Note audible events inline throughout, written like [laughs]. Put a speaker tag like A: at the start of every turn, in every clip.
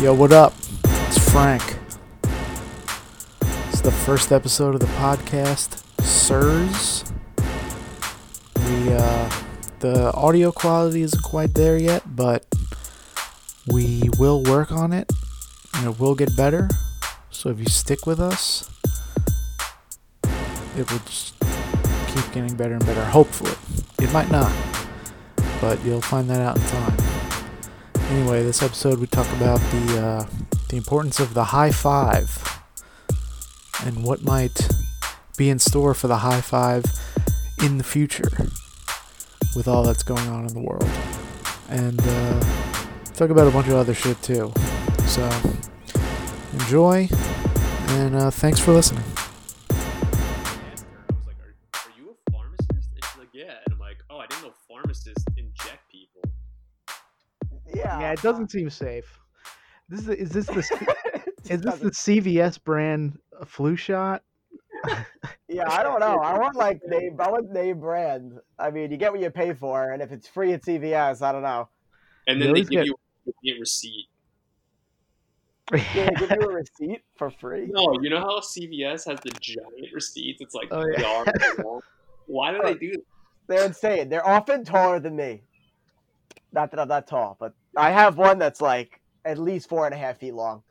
A: Yo, what up? It's Frank. It's the first episode of the podcast, Sirs. We uh, the audio quality isn't quite there yet, but we will work on it, and it will get better. So if you stick with us, it will just keep getting better and better. Hopefully, it might not, but you'll find that out in time. Anyway, this episode we talk about the uh, the importance of the high five and what might be in store for the high five in the future with all that's going on in the world, and uh, talk about a bunch of other shit too. So enjoy, and uh, thanks for listening.
B: asked her, I was like, are, are you a pharmacist? And she's like, yeah. And I'm like, oh, I didn't know pharmacists inject people.
C: Yeah.
D: Yeah, it
C: [laughs]
D: doesn't [laughs] seem safe. This is is this the C- is this the
C: doesn't.
D: CVS brand flu shot? [laughs]
C: Yeah, I don't know. I want like name. I want name brand. I mean, you get what you pay for, and if it's free at CVS, I don't know.
B: And
D: You
B: then they
D: always
B: give
D: get-
B: you a receipt.
C: They give
D: [laughs]
C: you a receipt for free.
B: No, you know how CVS has the giant receipts? It's like,
D: Oh, yeah.
B: yards long? why do they do that?
C: They're insane. They're often taller than me. Not that I'm that tall, but I have one that's like at least four and a half feet long.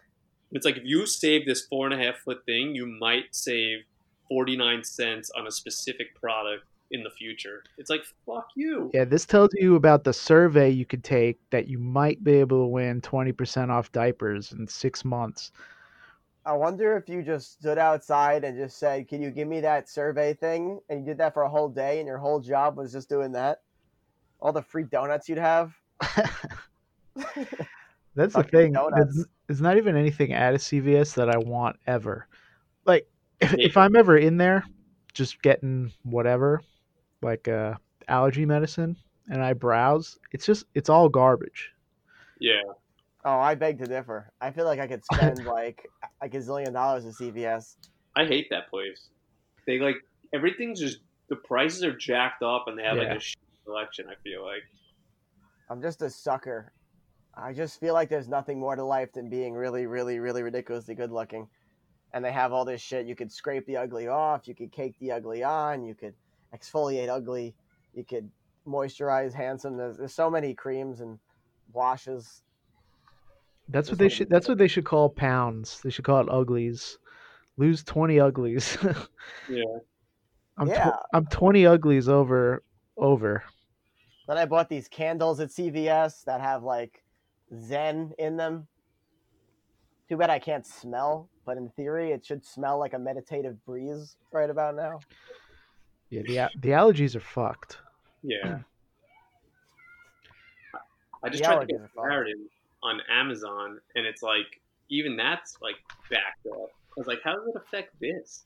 B: It's like, if you save this four and a half foot thing, you might save 49 cents on a specific product in the future. It's like, fuck you.
D: Yeah, this tells you about the survey you could take that you might be able to win twenty percent off diapers in six months.
C: I wonder if you just stood outside and just said, "Can you give me that survey thing?" and you did that for a whole day, and your whole job was just doing that. All the free donuts you'd have.
D: That's the
C: Fucking
D: thing.
C: donuts.
D: There's, there's not even anything at a CVS that I want ever. Like if,
B: Yeah.
D: if I'm ever in there, just getting whatever, like uh, allergy medicine, and I browse, it's just it's all garbage.
B: Yeah.
C: Oh, I beg to differ. I feel like I could spend like a gazillion dollars at CVS.
B: I hate that place. They like everything's just the prices are jacked up, and they have like
D: Yeah.
B: a shit selection. I feel like
C: I'm just a sucker. I just feel like there's nothing more to life than being really, really, really ridiculously good looking. And they have all this shit. You could scrape the ugly off. You could cake the ugly on. You could exfoliate ugly. You could moisturize handsome. There's, there's so many creams and washes.
D: That's what
C: Just
D: they
C: like a
D: should. That's what they should call pounds. They should call it uglies. Lose twenty uglies. [laughs]
B: Yeah.
D: I'm tw-
C: Yeah.
D: I'm twenty uglies over over.
C: Then I bought these candles at CVS that have like Zen in them. Too bad I can't smell, but in theory, it should smell like a meditative breeze right about now.
D: Yeah. The a- the allergies are fucked.
B: Yeah. I just
C: The
B: tried to get
C: allergies are fun.
B: Clarity on Amazon, and it's like even that's like backed up. I was like, how does it affect this?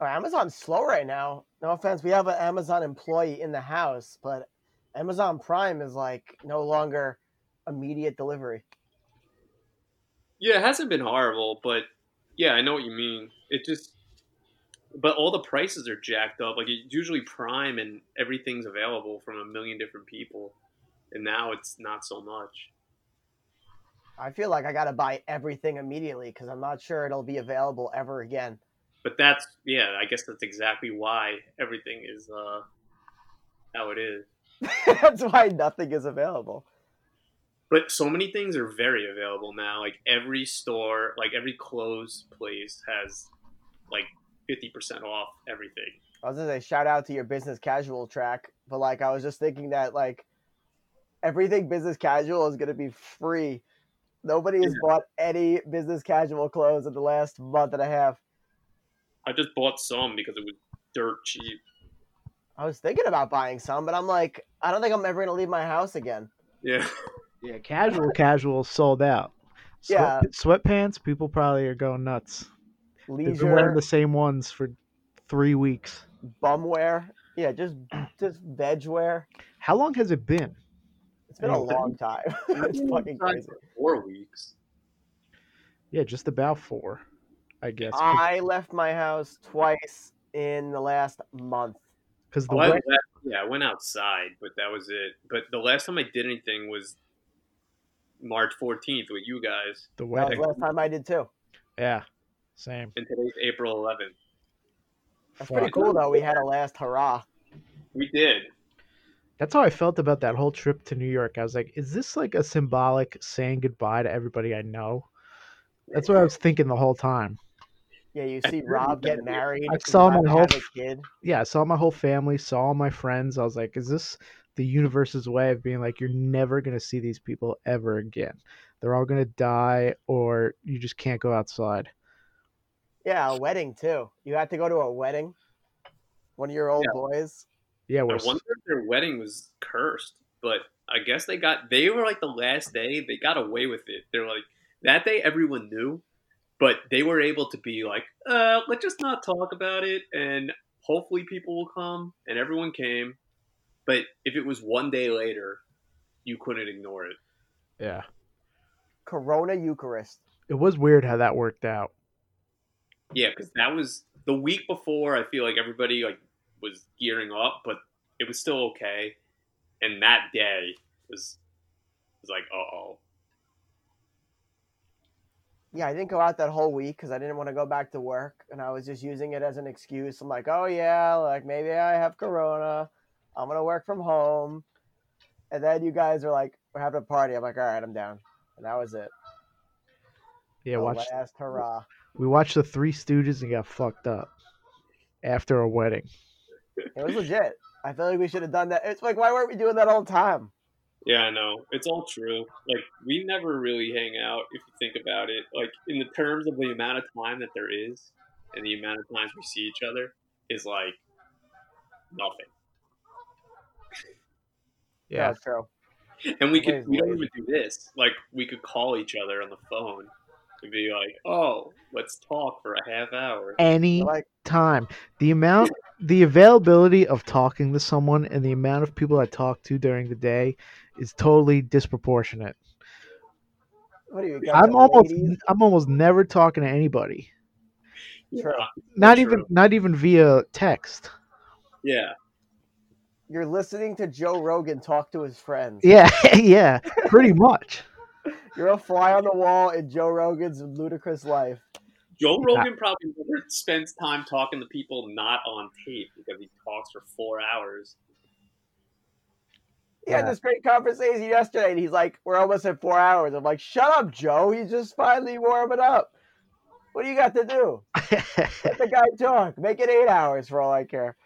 C: Oh, Amazon's slow right now. No offense, we have an Amazon employee in the house, but Amazon Prime is like no longer immediate delivery.
B: Yeah, it hasn't been horrible, but yeah, I know what you mean. It just, but all the prices are jacked up. Like it's usually Prime, and everything's available from a million different people, and now it's not so much.
C: I feel like I gotta buy everything immediately because I'm not sure it'll be available ever again. [laughs]
B: But that's yeah, I guess that's exactly why everything is uh how it is.
C: That's why nothing is available.
B: But so many things are very available now. Like every store, like every clothes place has like 50% off everything.
C: I was gonna say shout out to your business casual track, but like I was just thinking that like everything business casual is gonna be free. Nobody has bought any business casual clothes in the last month and a half.
B: I just bought some because it was dirt cheap.
C: I was thinking about buying some, but I'm like, I don't think I'm ever gonna leave my house again. [laughs]
B: Yeah.
D: Yeah. Casual casual sold out. Sweat,
C: Yeah.
D: Sweatpants. People probably are going nuts. They've been wearing
C: Leisure,
D: the same ones for three weeks.
C: bum wear, yeah, just just veg wear.
D: How long has it been?
C: It's been a
D: Yeah.
C: long time. [laughs] it's fucking crazy.
B: Four weeks.
D: Yeah, just about four, I guess.
C: I left my house twice in the last month.
D: Because the
B: Well, I
D: wet,
B: went- yeah, I went outside, but that was it. But the last time I did anything was March 14th with you guys,
D: The
C: That was
D: wedding.
C: last time I did too.
D: Yeah. Same.
B: and today's April 11th.
C: That's
D: Fuck.
C: pretty cool though. We had a last hurrah.
B: We did.
D: That's how I felt about that whole trip to New York. I was like, is this like a symbolic saying goodbye to everybody I know? That's what I was thinking the whole time.
C: Yeah, you see Rob get married.
D: I saw him
C: Rob
D: on Hope.
C: have a kid.
D: Yeah, I saw my whole family, saw all my friends. I was like, is this the universe's way of being like, you're never going to see these people ever again? They're all going to die, or you just can't go outside.
C: Yeah, a wedding too. You had to go to a wedding. One of your old boys.
D: Yeah,
B: I
D: we're
B: wonder if their wedding was cursed, but I guess they got they were like the last day they got away with it. They're like that day everyone knew, but they were able to be like, uh, let's just not talk about it, and hopefully people will come, and everyone came. But if it was one day later, you couldn't ignore it.
D: yeah.
C: Corona Eucharist.
D: It was weird how that worked out.
B: Yeah, because that was the week before. I feel like everybody like was gearing up, but it was still okay. And that day was was like, uh oh.
C: Yeah, I didn't go out that whole week because I didn't want to go back to work, and I was just using it as an excuse. I'm like, oh yeah, like maybe I have Corona. I'm gonna work from home, and then you guys are like, we're having a party. I'm like, all right, I'm down, and that was it.
D: Yeah,
C: The
D: watch
C: last hurrah.
D: we watched the Three Stooges and got fucked up after a wedding.
C: It was legit. I feel like we should have done that. It's like, why weren't we doing that all the time?
B: Yeah, I know. It's all true. Like we never really hang out if you think about it. Like in the terms of the amount of time that there is and the amount of times we see each other is like nothing.
D: Yeah,
C: that's true.
B: And we
C: Always
B: could we don't
C: lazy.
B: even do this. Like we could call each other on the phone and be like, "Oh, let's talk for a half hour."
D: any
C: Like,
D: time. The amount, the availability of talking to someone and the amount of people I talk to during the day is totally disproportionate.
C: what do you? got
D: I'm
C: the
D: almost,
C: ladies?
D: I'm almost never talking to anybody.
C: True.
B: Uh,
D: Not
B: True.
D: even, not even via text.
B: Yeah.
C: You're listening to Joe Rogan talk to his friends.
D: Yeah, [laughs] yeah, pretty
C: [laughs]
D: much.
C: You're a fly on the wall in Joe Rogan's ludicrous life.
B: Joe Rogan probably never spends time talking to people not on tape because he talks for four hours.
C: He had
D: Yeah.
C: this great conversation yesterday, and he's like, "We're almost at four hours." I'm like, "Shut up, Joe. He's just finally warming up. What do you got to do? Let the guy talk. Make it eight hours for all I care."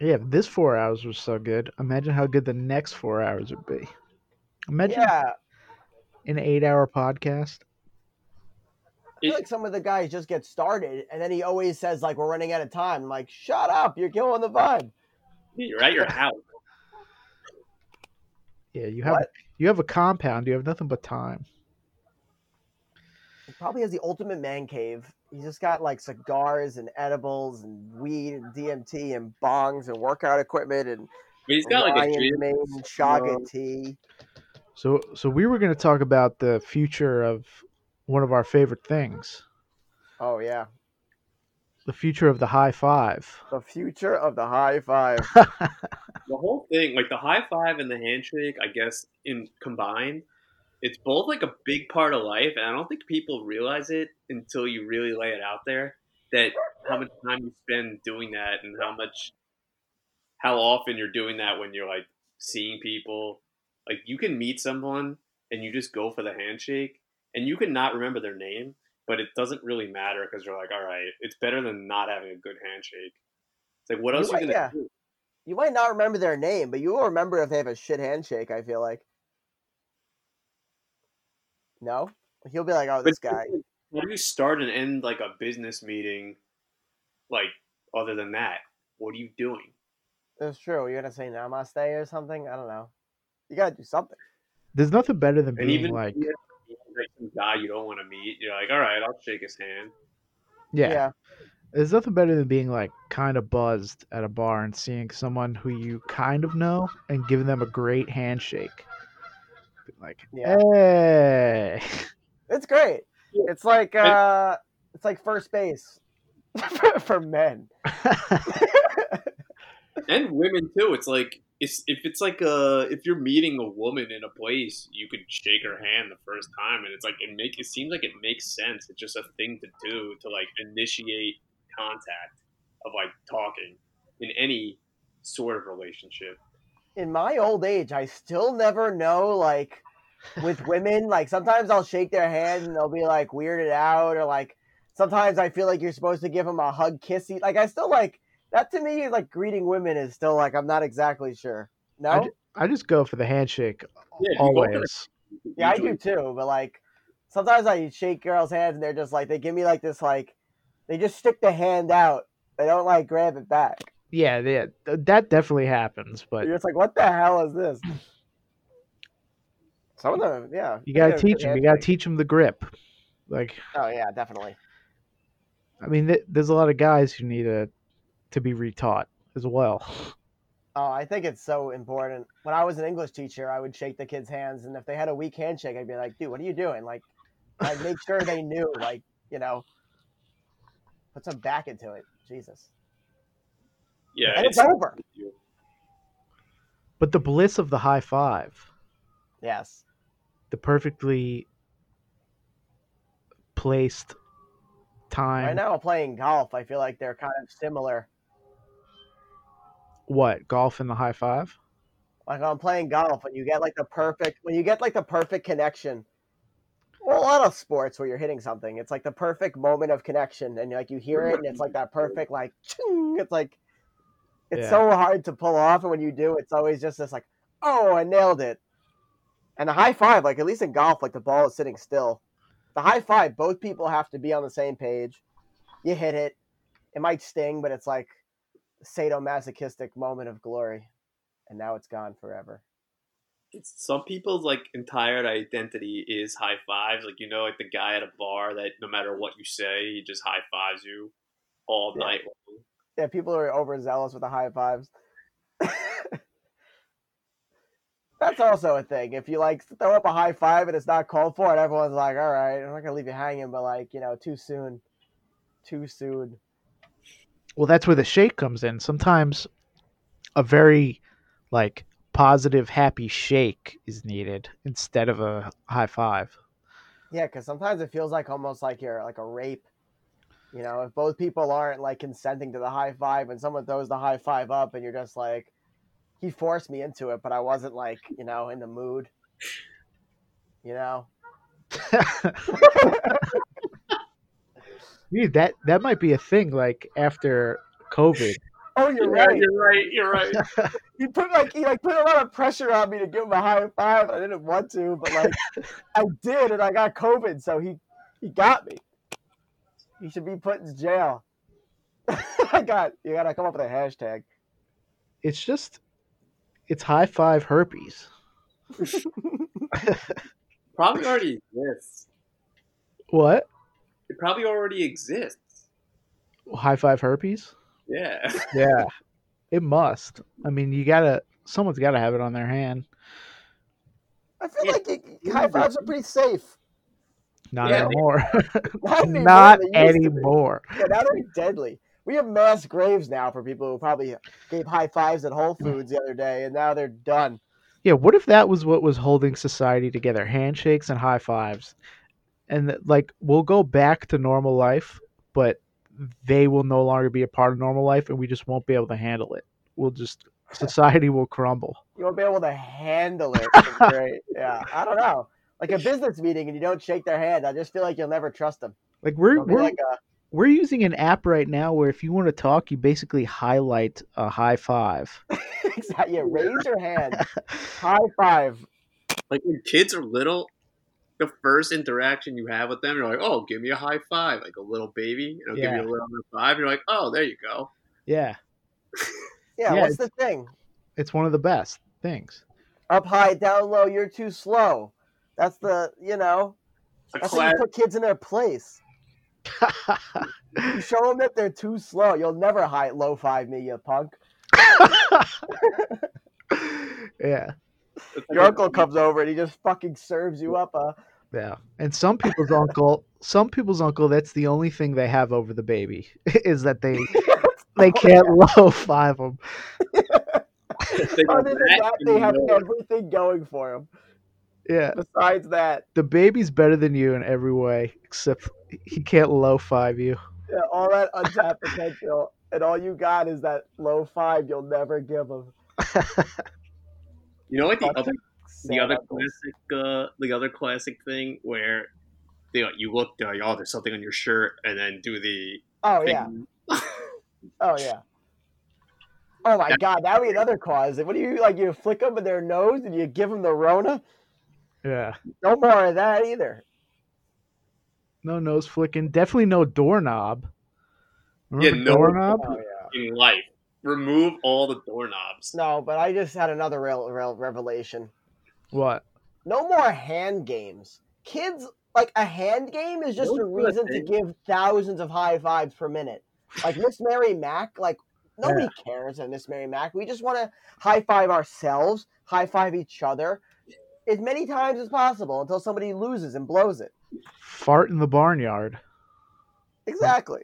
D: yeah, if this four hours was so good. Imagine how good the next four hours would be. Imagine
C: Yeah,
D: an eight-hour podcast.
C: I feel like some of the guys just get started, and then he always says like, "We're running out of time." I'm like, "Shut up. You're killing the vibe."
B: You're at
C: [laughs]
B: your house.
D: Yeah, you have
C: What?
D: you have a compound. You have nothing but time.
C: He probably has the ultimate man cave. He's just got like cigars and edibles and weed and DMT and bongs and workout equipment and
B: But he's got like a
C: Ryan
B: dream.
C: Maine chaga tea.
D: So, so we were going to talk about the future of one of our favorite things,
C: Oh yeah,
D: the future of the high five.
C: the future of the
B: [laughs]
C: high five.
B: The whole thing, like the high five and the handshake, I guess in combined, it's both like a big part of life, and I don't think people realize it until you really lay it out there. That how much time you spend doing that, and how much, how often you're doing that when you're like seeing people. Like you can meet someone and you just go for the handshake, and you can not remember their name, but it doesn't really matter because you're like, all right, it's better than not having a good handshake. It's like what else are you gonna
C: might- yeah.
B: do?
C: You might not remember their name, but you will remember if they have a shit handshake. I feel like. No, he'll be like, "Oh, this
B: But
C: guy."
B: How do you start and end like a business meeting? Like other than that, what are you doing?
C: That's true. You're gonna say namaste or something. I don't know. You gotta do something.
D: There's nothing better than
B: And
D: being
B: even
D: Mm, like,
B: if you like some guy you don't want to meet, you're like, all right, I'll shake his hand.
D: yeah, there's nothing better than being like kind of buzzed at a bar and seeing someone who you kind of know and giving them a great handshake. Like,
C: Yeah.
D: hey,
C: It's great.
B: Yeah.
C: It's like
B: And-
C: uh, it's like first base [laughs] for, for men.
B: And women too. It's like it's if it's like a if you're meeting a woman in a place, you could shake her hand the first time, and it's like it make it seems like it makes sense. It's just a thing to do to like initiate contact of like talking in any sort of relationship.
C: in my old age, I still never know like with women, like sometimes I'll shake their hand and they'll be like weirded out or like sometimes I feel like you're supposed to give them a hug kissy. Like I still like that to me is like greeting women is still like I'm not exactly sure. No?
D: ju- I just go for the handshake
B: Yeah, if you go for the-
D: always.
C: yeah, I
B: usually-
C: do too, but like sometimes I shake girls' hands and they're just like they give me like this like they just stick the hand out. They don't like grab it back.
D: Yeah, yeah, th- that definitely happens. But
C: You're just like, what the hell is this? Some of them, yeah.
D: you gotta
C: they're
D: teach them. You gotta
C: fantastic.
D: teach them the grip. Like,
C: Oh yeah, definitely.
D: I mean, th- there's a lot of guys who need a, to be retaught as well.
C: Oh, I think it's so important. When I was an English teacher, I would shake the kids' hands, and if they had a weak handshake, I'd be like, "Dude, what are you doing?" Like, I'd make sure they knew, like, you know, put some back into it. Jesus,
B: Yeah,
C: and it's
B: it's-
C: over.
D: But the bliss of the high five,
C: Yes,
D: the perfectly placed time.
C: right now I'm playing golf. I feel like they're kind of similar.
D: What golf and the high five?
C: Like I'm playing golf, and you get like the perfect when you get like the perfect connection. Well, a lot of sports where you're hitting something, it's like the perfect moment of connection, and like you hear it, and it's like that perfect like, ching, it's like, it's
D: Yeah.
C: so hard to pull off, and when you do, it's always just this like, oh, I nailed it, and the high five, like at least in golf, like the ball is sitting still. The high five, both people have to be on the same page. You hit it, it might sting, but it's like sadomasochistic moment of glory, and now it's gone forever.
B: it's some people's like entire identity is high fives. Like you know, like the guy at a bar that no matter what you say, he just high fives you all
C: Yeah.
B: night long.
C: Yeah, people are overzealous with the high fives. [laughs] That's also a thing. If you like throw up a high five and it's not called for, and everyone's like, "All right, I'm not gonna leave you hanging," but like, you know, too soon, too soon.
D: Well, that's where the shake comes in. Sometimes a very like positive, happy shake is needed instead of a high five. [laughs]
C: Yeah, because sometimes it feels like almost like you're like a rape. You know, if both people aren't like consenting to the high five, and someone throws the high five up, and you're just like, "He forced me into it, but I wasn't like, you know, in the mood." You know,
D: Dude, that that might be a thing. Like after COVID,
C: oh, you're right.
B: You're right. You're
C: [laughs]
B: right.
C: he put like he like put a lot of pressure on me to give him a high five. and I didn't want to, but
D: [laughs]
C: like I did, and I got COVID, so he he got me. He should be put in jail. [laughs] I got you. Gotta come up with a hashtag.
D: it's just it's high five herpes.
B: probably already exists.
D: What
B: It probably already exists.
D: high five herpes?
C: [laughs]
B: Yeah.
D: Yeah, it must. I mean, you gotta someone's gotta have it on their hand.
C: I feel
B: Yeah.
C: like you, high fives are pretty safe. [laughs]
D: Not
B: Yeah.
D: anymore.
C: Not
D: [laughs]
C: anymore,
D: Not
C: they used to be.
D: anymore.
C: Yeah, now they're deadly. We have mass graves now for people who probably gave high fives at Whole Foods the other day, and now they're done.
D: Yeah, what if that was what was holding society together? Handshakes and high fives. And that, like we'll go back to normal life, but they will no longer be a part of normal life and we just won't be able to handle it. We'll
C: [laughs]
D: just society will crumble.
C: you won't be able to handle it. [laughs] Great. Yeah. I don't know. Like a business meeting and you don't shake their hand, I just feel like you'll never trust them.
D: Like we're
C: It'll be
D: we're,
C: like a,
D: we're using an app right now where if you want to talk, you basically highlight a high five.
C: [laughs] exactly, uh, yeah, raise your [laughs] hand, high five.
B: like when kids are little, the first interaction you have with them, you're like, "Oh, give me a high five, like a little baby." And I'll give you a little high five. You're like, "Oh, there you go."
D: Yeah,
C: Yeah,
D: Yeah,
C: what's the thing?
D: it's one of the best things.
C: Up high, down low, you're too slow. That's the, you know,
B: The
C: that's how
B: class,
C: you put kids in their place. You show them that they're too slow. You'll never high low five me, you punk.
D: [laughs] yeah,
B: it's like
C: Your
B: a-
C: uncle comes over and he just fucking serves you up uh. a.
D: yeah. And some people's uncle, some people's uncle, that's the only thing they have over [laughs] the baby is that they they can't low five them.
B: They got
C: Other than
B: that
C: that,
B: and
C: they have
B: Noah.
C: everything going for them.
D: Yeah,
C: Besides that,
D: the baby's better than you in every way, except he can't low five you.
C: yeah, all that untapped potential, and all you got is that low five you'll never give them.
B: You know, like the other the other classic, uh, the other classic thing where they you look, they're like, oh, there's something on your shirt, and then do the
C: Oh
B: thing.
C: yeah. Oh yeah. Oh my
B: That-
C: god, that would be another cause. What do you like? You flick them in their nose and you give them the Rona.
D: Yeah,
C: No more of that either.
D: no nose flicking, definitely no doorknob. Remember
B: Yeah, no-
D: doorknob.
C: Oh yeah.
B: in life. Remove all the doorknobs.
C: No, but I just had another real, real revelation.
D: What?
C: No more hand games. Kids like a hand game is just
B: No
C: a reason to
B: thing.
C: give thousands of high fives per minute. Like Miss Mary Mack, like nobody cares at Miss Mary Mack. We just want to high five ourselves, high five each other as many times as possible until somebody loses and blows it.
D: Fart in the barnyard.
C: Exactly.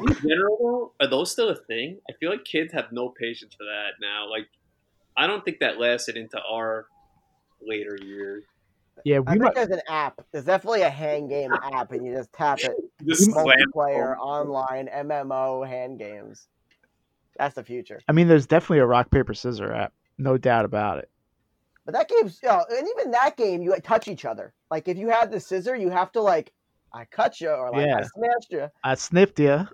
B: In general, though, are those still a thing? I feel like kids have no patience for that now. Like, I don't think that lasted into our later years.
D: Yeah,
C: I
D: we
C: think
D: might.
C: there's an app. There's definitely a hand game app, and you just tap it.
B: Just slam.
C: Multiplayer, online, MMO, hand games. That's the future.
D: I mean, there's definitely a rock paper scissor app, no doubt about it.
C: But that game's, you know, and even that game, you touch each other. Like if you have the scissor, you have to like, I cut you or like I
D: Yeah.
C: smashed you.
D: I sniffed you.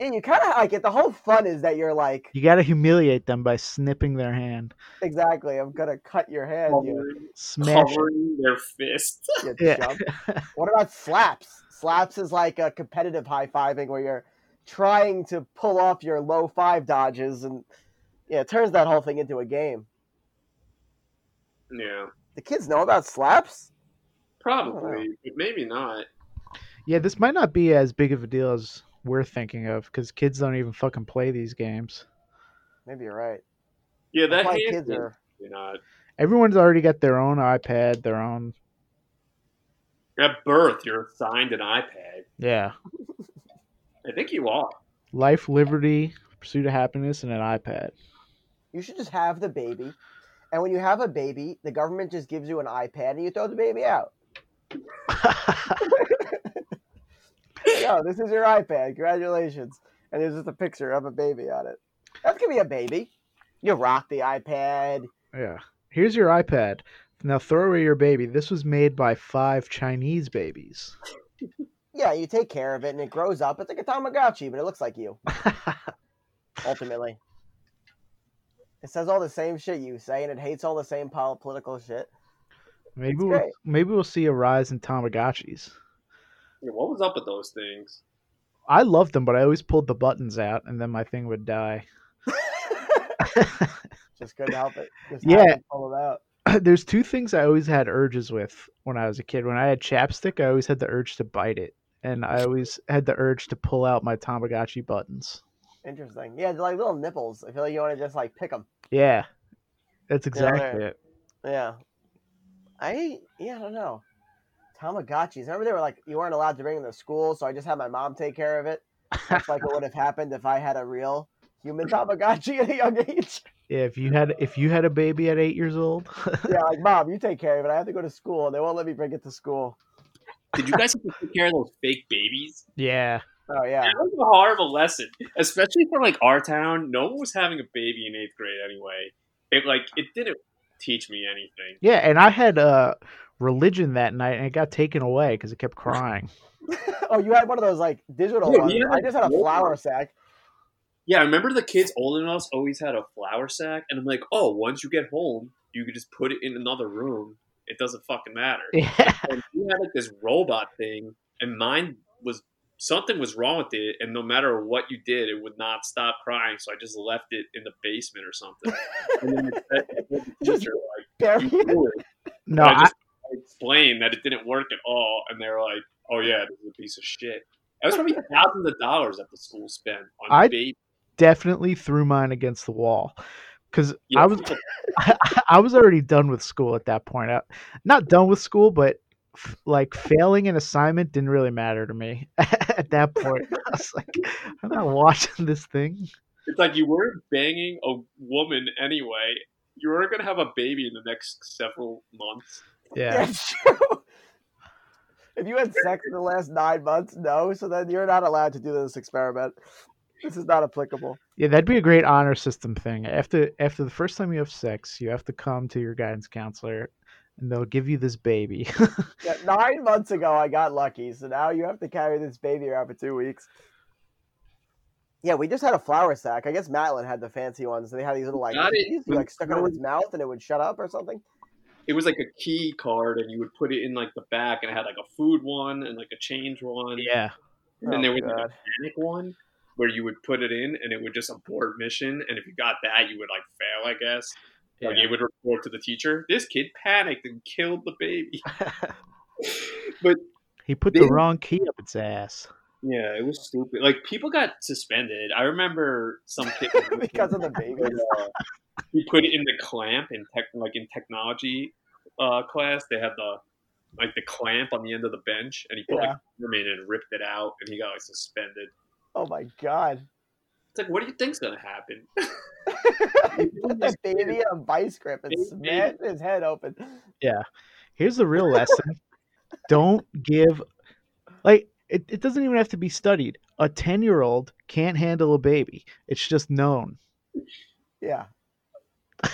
C: And you kind of like it. The whole fun is that you're like,
D: You got to humiliate them by snipping their hand.
C: exactly, I'm gonna cut your hand. You,
B: covering,
D: Smash. it.
B: covering their fist. [laughs]
C: you
D: [laughs] Yeah.
C: chump." What about slaps? Slaps is like a competitive high fiving where you're trying to pull off your low five dodges, and yeah, it turns that whole thing into a game.
B: Yeah,
C: The kids know about slaps.
B: probably, but maybe not.
D: Yeah, this might not be as big of a deal as we're thinking of because kids don't even fucking play these games.
C: Maybe you're right.
B: Yeah, that
C: That's why
B: hand
C: kids
B: thing,
C: are.
B: you're not.
D: Everyone's already got their own iPad, their own.
B: At birth, you're assigned an iPad.
D: Yeah.
B: I think you are.
D: Life, liberty, pursuit of happiness, and an
C: [laughs]
D: iPad.
C: You should just have the baby. And when you have a baby, the government just gives you an iPad and you throw the baby out. No, oh, this is your iPad. Congratulations. And there's just a picture of a baby on it. That could be a baby. You rock the iPad.
D: yeah. Here's your iPad. Now throw away your baby. This was made by five Chinese babies.
C: Yeah, you take care of it and it grows up. It's like a Tamagotchi, but it looks like you, ultimately. It says all the same shit you say and it hates all the same pol- political shit.
D: maybe
C: That's
D: we'll,
C: great.
D: maybe we'll see a rise in Tamagotchis.
B: Yeah, what was up with those things?
D: I loved them, but I always pulled the buttons out, and then my thing would die. [clears throat]
C: Just couldn't help it. Just
D: Yeah.
C: had to pull it out.
D: There's two things I always had urges with when I was a kid. When I had chapstick, I always had the urge to bite it, and I always had the urge to pull out my Tamagotchi buttons.
C: Interesting. Yeah, they're like little nipples. I feel like you want to just like pick them.
D: Yeah, that's exactly
C: they're-
D: it.
C: Yeah. I yeah, I don't know. Tamagotchis. Remember they were like you weren't allowed to bring them to school, so I just had my mom take care of it. That's like what would have happened if I had a real human Tamagotchi at a young age.
D: Yeah, if you had if you had a baby at eight years old,
C: yeah, like mom, you take care of it. I have to go to school and they won't let me bring it to school.
B: Did you guys have to take care of those fake [laughs] babies?
D: yeah,
C: Oh yeah.
B: That was a horrible lesson, especially for like our town. No one was having a baby in eighth grade anyway. It like it didn't teach me anything.
D: yeah. And I had uh, religion that night, and it got taken away because it kept crying. [laughs]
C: Oh, you had one of those like digital
B: Yeah,
C: ones.
B: we had
C: I just had a
B: gold
C: flour
B: ones.
C: sack.
B: Yeah, I remember the kids older than us always had a flour sack, and I'm like, oh, once you get home, you can just put it in another room. It doesn't fucking matter.
D: Yeah,
B: And we had like this robot thing, and mine was something was wrong with it, and no matter what you did, it would not stop crying. So I just left it in the basement or something. and then I said to the teacher,
D: [laughs]
C: Bury
B: like, you
C: it.
B: blew it.
D: no,
B: I
D: I,
B: just explained that it didn't work at all, and they were like, "Oh yeah, this is a piece of shit." That was probably thousands of dollars that the school spent on
D: I-
B: baby.
D: definitely threw mine against the wall because
B: Yeah,
D: I was [laughs]
B: people-
D: I was already done with school at that point. I, not done with school, but f- like failing an assignment didn't [laughs] really matter to me at that point. I was like, I'm not watching this thing.
B: [laughs] It's like you were banging a woman anyway. You were going to have a baby in the next several months.
D: Yeah.
C: [laughs] That's true. If you had sex in the last nine months, no. So then you're not allowed to do this experiment. This is not applicable.
D: Yeah, that'd be a great honor system thing. After after the first time you have sex, you have to come to your guidance counselor and they'll give you this baby. [laughs]
C: Yeah, nine months ago, I got lucky. So now you have to carry this baby around for two weeks. Yeah, we just had a flour sack. I guess Matlin had the fancy ones. They had these little like,
B: Got it.
C: these, you, like stuck in its mouth and it would shut up or something. [laughs]
B: It was like a key card, and you would put it in like the back, and it had like a food one and like a change one.
D: yeah.
B: And
C: Oh,
B: then there was like
C: God.
B: a panic one where you would put it in, and it would just abort mission. And if you got that, you would like fail, I guess. Like
D: Yeah.
B: it would report to the teacher. This kid panicked and killed the baby. but
D: He put the
B: Then-
D: wrong key up its ass.
B: [laughs] Yeah, it was stupid. Like people got suspended. I remember some [laughs] kid
C: because of the
B: [laughs]
C: baby.
B: uh, he put it in the clamp in tech, like in technology uh, class. They had the like the clamp on the end of the bench, and he put like Superman in and ripped it out, and he got like suspended.
C: Oh my god.
B: It's like, what do you think's gonna happen?
C: [laughs] Put the baby in a vice grip and
B: Baby.
C: smashed his head open.
D: Here's the real lesson. Don't give like it, it doesn't even have to be studied. A 10-year-old can't handle a baby. It's just known.
C: Yeah.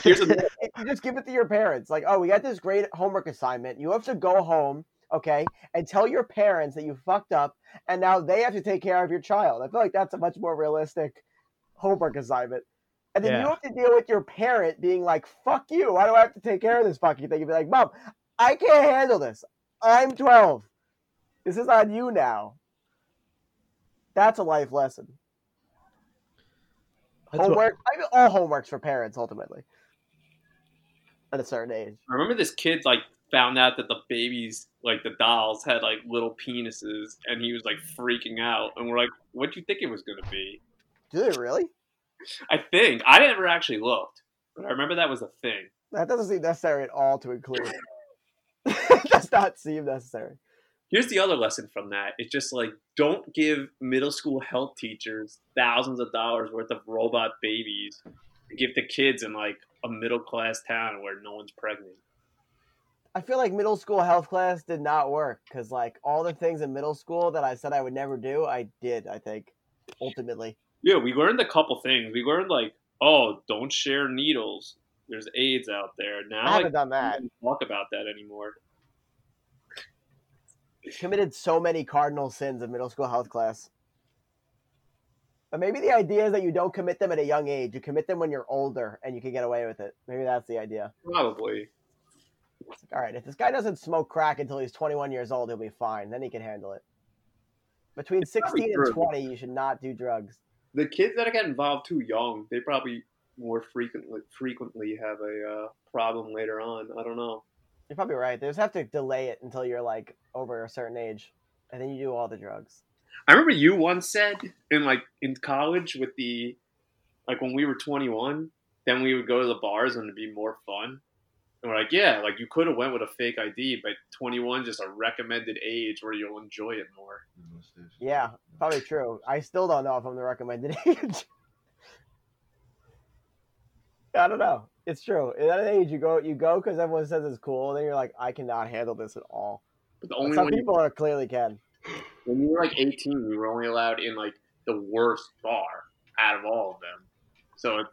B: Here's another
C: You just give it to your parents. Like, oh, we got this great homework assignment. You have to go home, okay, and tell your parents that you fucked up, and now they have to take care of your child. I feel like that's a much more realistic homework assignment. And then you
D: Yeah.
C: have to deal with your parent being like, fuck you. Why do I have to take care of this fucking thing? You'd be like, mom, I can't handle this. I'm 12. This is on you now. That's a life lesson. Oh,
D: That's what-
C: homework. I mean, all homeworks for parents ultimately at a certain age.
B: I remember this kid like found out that the babies, like the dolls, had like little penises, and he was like freaking out. And we're like, what do you think it was gonna be?
C: Do they really?
B: I think I never actually looked, but I remember that was a thing.
C: That doesn't seem necessary at all to include. [laughs] It does not seem necessary.
B: Here's the other lesson from that. It's just like don't give middle school health teachers thousands of dollars worth of robot babies to give to kids in like a middle class town where no one's pregnant.
C: I feel like middle school health class did not work because, like, all the things in middle school that I said I would never do, I did. I think ultimately,
B: Yeah, we learned a couple things. We learned like, oh, don't share needles. There's AIDS out there. Now
C: I
B: like,
C: haven't done that.
B: don't talk about that anymore.
C: committed so many cardinal sins in middle school health class. But maybe the idea is that you don't commit them at a young age. You commit them when you're older and you can get away with it. Maybe that's the idea.
B: Probably.
C: It's like, all right, if this guy doesn't smoke crack until he's 21 years old, he'll be fine. Then he can handle it. Between
B: probably
C: 16 and
B: true.
C: 20, you should not do drugs.
B: The kids that got involved too young, they probably more frequently frequently have a uh, problem later on. I don't know.
C: You're probably right. They just have to delay it until you're like over a certain age, and then you do all the drugs.
B: I remember you once said in like in college with the like when we were 21, then we would go to the bars and it'd be more fun. And we're like, yeah, like you could have went with a fake ID, but 21 just a recommended age where you'll enjoy it more.
C: Yeah, probably true. I still don't know if I'm the recommended [laughs] age. I don't know. It's true. At that age, you go, you go because everyone says it's cool. And then you're like, I cannot handle this at all.
B: But the
C: But
B: only
C: some
B: one you-
C: people are clearly can.
B: when you were like 18, we were only allowed in like the worst bar out of all of them. So it's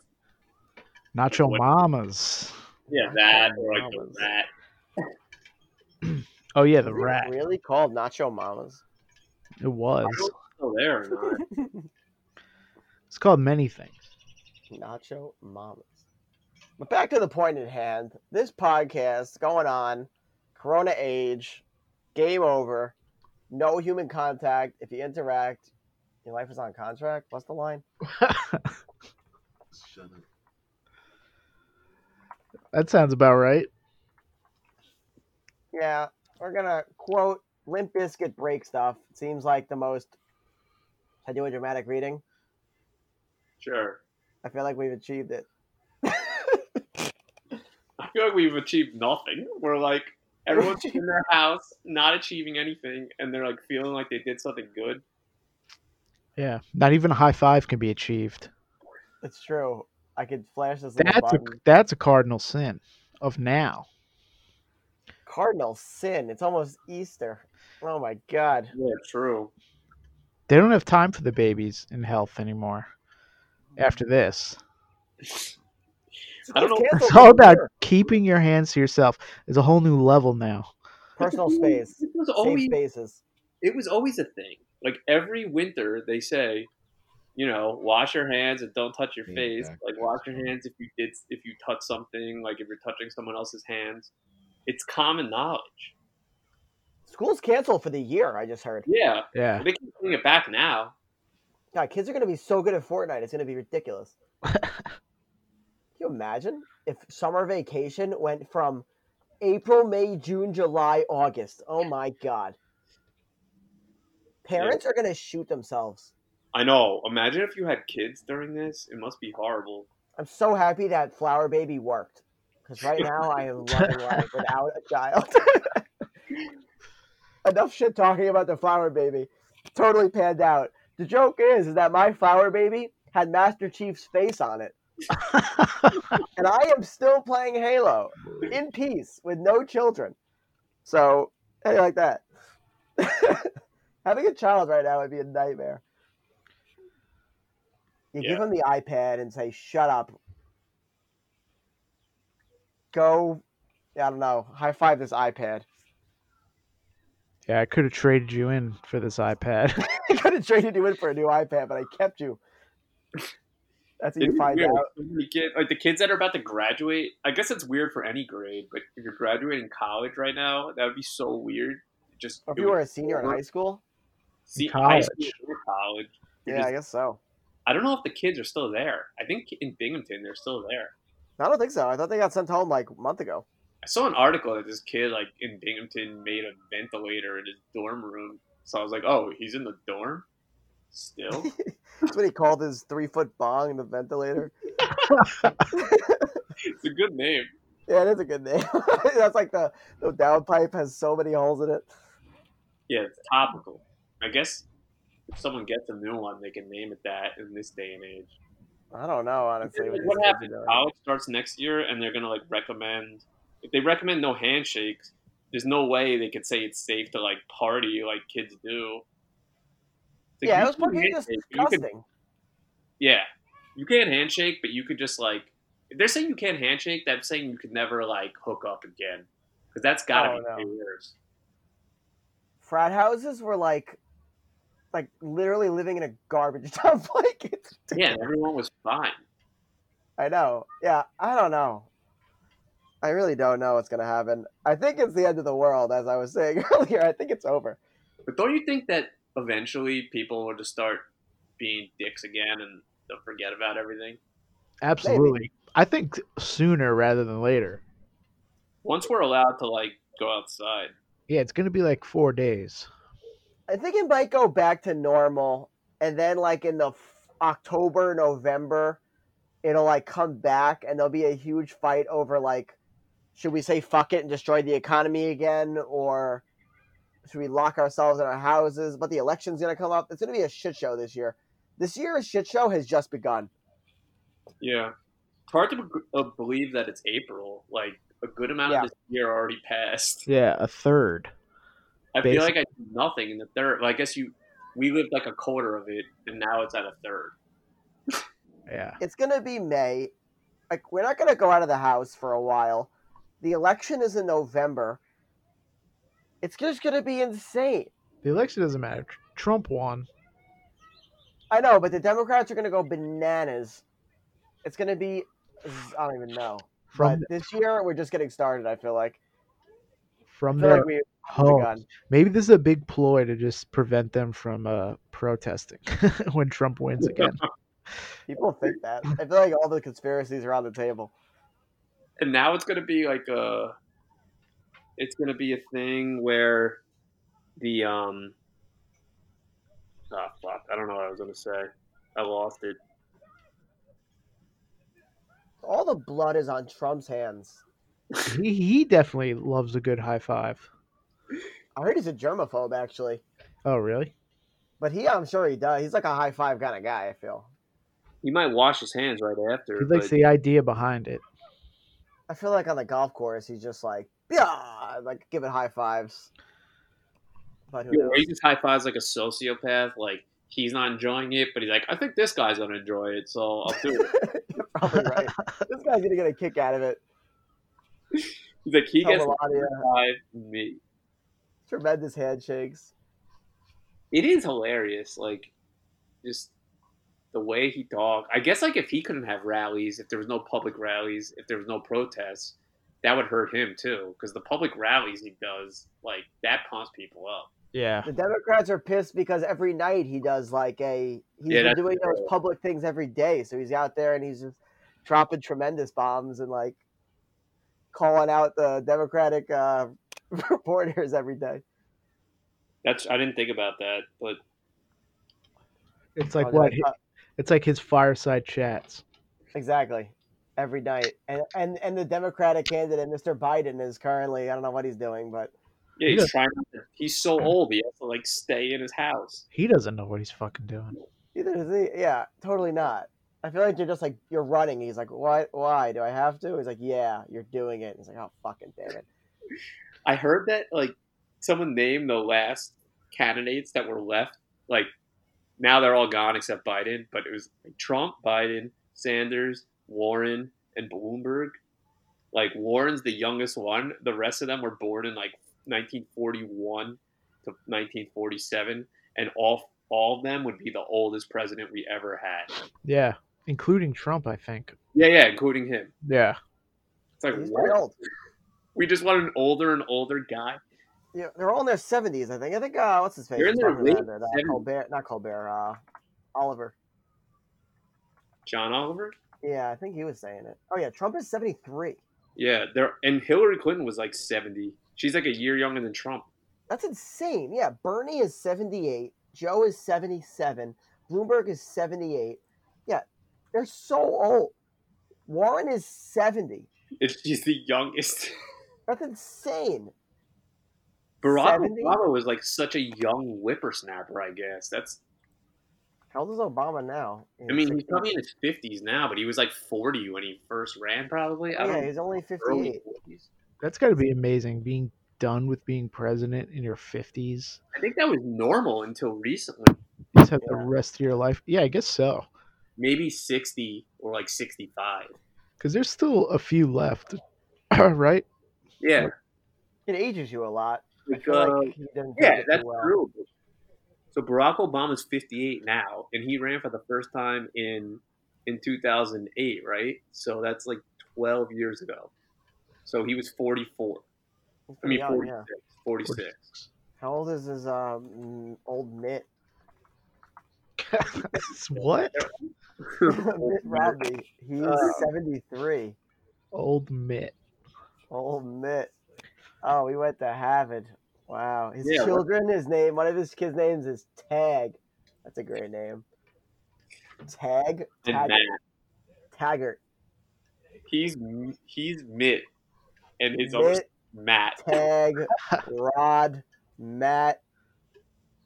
D: Nacho
B: What-
D: mamas.
B: yeah,
C: Nacho
B: that or like the
C: Mamas.
B: rat.
D: Oh yeah, the
C: Is it
D: rat.
C: really called Nacho Mamas.
D: It was.
B: Oh, there. or not.
D: It's called many things.
C: Nacho Mamas. But back to the point at hand. This podcast going on, Corona age, game over, no human contact. If you interact, your life is on contract. What's the line?
E: Shut up.
D: That sounds about right.
C: Yeah, we're gonna quote Limp Biscuit break stuff. Seems like the most. I do a dramatic reading.
B: Sure.
C: I feel like we've achieved it.
B: I feel like we've achieved nothing. We're like everyone's in [laughs] their house, not achieving anything, and they're like feeling like they did something good.
D: Yeah. Not even a high five can be achieved.
C: It's true. I could flash this little
D: That's a
C: button.
D: that's a cardinal sin of now.
C: Cardinal sin. It's almost Easter. Oh my god.
B: Yeah, true.
D: They don't have time for the babies in health anymore. After this,
B: I don't know.
C: Cancel
D: it's all about
C: culture.
D: keeping your hands to yourself. There's a whole new level now.
B: [laughs]
C: personal space,
B: It was
C: safe
B: always
C: spaces.
B: it was always a thing. Like every winter, they say, you know, wash your hands and don't touch your
E: Yeah,
B: face.
E: exactly.
B: Like wash your hands if you did if you touch something. Like if you're touching someone else's hands, it's common knowledge.
C: School's canceled for the year. I just heard.
B: Yeah,
D: Yeah, [laughs]
B: but they can bring it back now.
C: God, kids are gonna be so good at Fortnite. It's gonna be ridiculous. Can you imagine if summer vacation went from April, May, June, July, August? Oh my god. Parents are gonna shoot themselves.
B: I know. Imagine if you had kids during this. It must be horrible.
C: I'm so happy that Flower Baby worked. Because right now I am loving life without a child. [laughs] Enough shit talking about the Flower Baby. Totally panned out. The joke is, is that my Flower Baby had Master Chief's face on it. and I am still playing Halo in peace with no children. So, hey, like that. [laughs] Having a child right now would be a nightmare. You give
B: Yeah.
C: him the iPad and say, shut up. Go, I don't know, high five this iPad. [laughs]
D: yeah. I could have traded you in for this iPad. [laughs]
C: I could have traded you in for a new iPad, but I kept you. That's what
B: It
C: you
B: is
C: find
B: weird.
C: out.
B: So many kid- like the kids that are about to graduate. I guess it's weird for any grade, but if you're graduating college right now, that would be so weird. Just
C: Or if
B: it
C: you
B: would
C: were a senior in high school?
B: see high
D: college.
B: school or college. You're
C: Yeah,
B: just-
C: I guess so.
B: I don't know if the kids are still there. I think in Binghamton they're still there.
C: I don't think so. I thought they got sent home like a month ago.
B: I saw an article that this kid like in Binghamton made a ventilator in his dorm room. So I was like, oh, he's in the dorm
C: [laughs]
B: still.
C: That's what he called his three foot bong in the ventilator.
B: it's a good name.
C: Yeah, that's a good name. [laughs] that's like the the downpipe has so many holes in it.
B: Yeah, it's topical. I guess if someone gets a new one, they can name it that in this day and age.
C: I don't know, honestly.
B: Like,
C: these
B: what
C: kids are
B: happens?
C: doing.
B: College starts next year, and they're gonna like recommend. If they recommend no handshakes, there's no way they could say it's safe to like party like kids do. It's like,
C: Yeah,
B: you
C: it was
B: can
C: fucking
B: handshake, you can-
C: disgusting.
B: yeah, you can't handshake, but you could just like. If they're saying you can't handshake, that's saying you could never like hook up again, because that's gotta
C: Oh,
B: be
C: no.
B: way worse.
C: Frat houses were like, like literally living in a garbage [laughs] dump. Like, it's-
B: Yeah,
C: [laughs]
B: and everyone was fine.
C: I know. Yeah, I don't know. I really don't know what's gonna happen. I think it's the end of the world, as I was saying [laughs] earlier. I think it's over.
B: But don't you think that eventually people will just start being dicks again and they'll forget about everything?
D: Absolutely, I think sooner rather than later.
B: Once we're allowed to like go outside.
D: Yeah, it's gonna be like four days.
C: I think it might go back to normal, and then like in the f- October, November, it'll like come back, and there'll be a huge fight over like, should we say fuck it and destroy the economy again, or should we lock ourselves in our houses? But the election's gonna come up. It's gonna be a shit show this year. This year's shit show has just begun.
B: Yeah. It's hard to beg- uh, believe that it's April. Like, a good amount
C: Yeah.
B: of this year already passed.
D: Yeah, a third.
B: I feel
D: Basi-
B: like I did nothing in the third. Well, I guess you, we lived like a quarter of it, and now it's at a third.
D: Yeah,
C: It's gonna be May. Like we're not gonna go out of the house for a while. The election is in November. It's just gonna be insane.
D: the election doesn't matter. Tr- Trump won.
C: I know, but the Democrats are going to go bananas. It's going to be, I don't even know. But
D: From
C: this year, we're just getting started. I feel like. I
D: from
C: feel
D: their
C: like we
D: home.
C: begun.
D: Maybe this is a big ploy to just prevent them from uh, protesting [laughs] when Trump wins [laughs] again.
C: People think that. I feel like all the conspiracies are on the table.
B: And now it's going to be like a, it's going to be a thing where the, um, oh, fuck. I don't know what I was going to say. I lost it.
C: All the blood is on Trump's hands.
D: he, he definitely loves a good high five.
C: I heard he's a germaphobe, actually.
D: Oh, really?
C: But he, I'm sure he does. He's like a high five kind of guy, I feel.
B: He might wash his hands right after.
D: He likes
B: but-
D: the idea behind it.
C: I feel like on the golf course, he's just like, yeah, like giving high fives. But who
B: Yeah,
C: knows?
B: he just high fives like a sociopath. Like he's not enjoying it, but he's like, I think this guy's gonna enjoy it, so I'll do it.
C: You're [laughs] probably right. this guy's gonna get a kick out of it.
B: he's like, he
C: Tell
B: gets
C: Melania,
B: five me.
C: tremendous handshakes.
B: It is hilarious, like just the way he talk. I guess like if he couldn't have rallies, if there was no public rallies, if there was no protests, that would hurt him too. Because the public rallies he does, like that pumps people up.
D: Yeah.
C: The Democrats are pissed because every night he does like a he's
B: Yeah,
C: been
B: that's
C: doing those
B: true.
C: public things every day. So he's out there and he's just dropping tremendous bombs and like calling out the Democratic uh, [laughs] reporters every day.
B: That's I didn't think about that, but
D: It's like
C: Oh,
D: what?
C: yeah, uh,
D: It's like his fireside chats.
C: exactly. Every night, and, and and the Democratic candidate, Mr. Biden, is currently I don't know what he's doing, but
B: yeah, he's
D: Yeah.
B: trying. He's so old, he has to like stay in his house.
D: He doesn't know what he's fucking doing.
C: Neither does he. Yeah, totally not. I feel like you're just like you're running. He's like, why? Why do I have to? He's like, yeah, you're doing it. He's like, oh fucking damn it.
B: I heard that like someone named the last candidates that were left. Like now they're all gone except Biden, but it was like, Trump, Biden, Sanders, Warren, and Bloomberg. Like Warren's the youngest one. The rest of them were born in like 1941 to 1947, and all all of them would be the oldest president we ever had.
D: Yeah, including Trump, I think.
B: Yeah, yeah, including him.
D: Yeah.
B: It's like
C: He's
B: what?
C: pretty old.
B: We just want an older and older guy.
C: Yeah, they're all in their seventies, I think. I think uh, what's his face?
B: They're in
C: was
B: their
C: talking
B: late
C: about it, uh,
B: 70s.
C: Colbert, not Colbert. Uh, Oliver.
B: John Oliver.
C: Yeah, I think he was saying it. Oh yeah, Trump is seventy three.
B: Yeah, there and Hillary Clinton was like seventy. She's like a year younger than Trump.
C: That's insane. Yeah, Bernie is seventy eight. Joe is seventy seven. Bloomberg is seventy eight. Yeah, they're so old. Warren is seventy.
B: If she's the youngest, [laughs]
C: That's insane.
B: Barack
C: 70?
B: Obama was like such a young whippersnapper. I guess that's.
C: How old is Obama now?
B: I mean, he's
C: 60.
B: probably in his fifties now, but he was like forty when he first ran. Probably. I
C: yeah,
B: don't
C: he's only
B: early
C: fifty-eight.
B: 40s.
D: That's got to be amazing being done with being president in your 50s.
B: I think that was normal until recently.
D: Just have the
C: Yeah.
D: rest of your life. Yeah, I guess so.
B: Maybe sixty or like sixty-five.
D: Because there's still a few left, [clears throat] [laughs] right?
B: Yeah,
C: It ages you a lot. I
B: like,
C: feel
B: uh,
C: like he didn't take
B: yeah,
C: it
B: that's
C: too well.
B: true. So Barack Obama's fifty-eight now, and he ran for the first time in in 2008, right? So that's like 12 years ago. So he was 44.
C: He's
B: I mean,
C: pretty young,
B: 46.
C: yeah.
B: 46.
C: How old is his um, old
B: [laughs]
C: Mitt?
D: what?
C: [laughs] Mitt Romney. He's
B: Uh,
C: seventy-three.
D: Old Mitt.
C: Old Mitt. Oh, he went to Harvard. Wow. His
B: Yeah, what-
C: children. His name. One of his kids' names is Tag. That's a great name. Tag.
B: And
C: Tag.
B: Matt,
C: Taggart.
B: he's he's Mitt, and his other
C: Mitt.
B: Matt.
C: Tag.
B: [laughs]
C: Rod. Matt.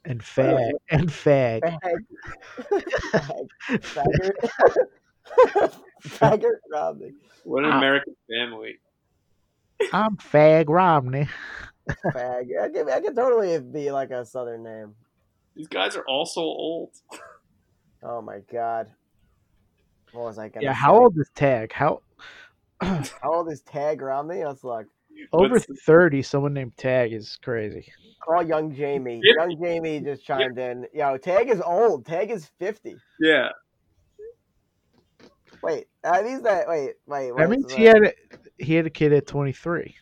D: And fag. And fag.
C: Fag.
B: [laughs]
C: Fag. Faggot. [laughs] Faggot Romney.
B: What an
D: Ah.
B: American family.
D: [laughs] I'm fag Romney.
C: Fag. I could, I could totally be like a southern name.
B: These guys are all so old.
C: Oh my god. What was I gonna
D: Yeah,
C: say?
D: how old is Tag? How
C: How old is Tag Romney? Let's look.
D: over
B: Let's-
D: 30? Someone named Tag is crazy.
C: Call young Jamie.
B: Fifty.
C: Young Jamie just chimed in. Yo, Tag is old. Tag is fifty.
B: yeah,
C: Wait, that means that. Wait, wait. wait
D: That means
C: so
D: he had a, he had a kid at 23.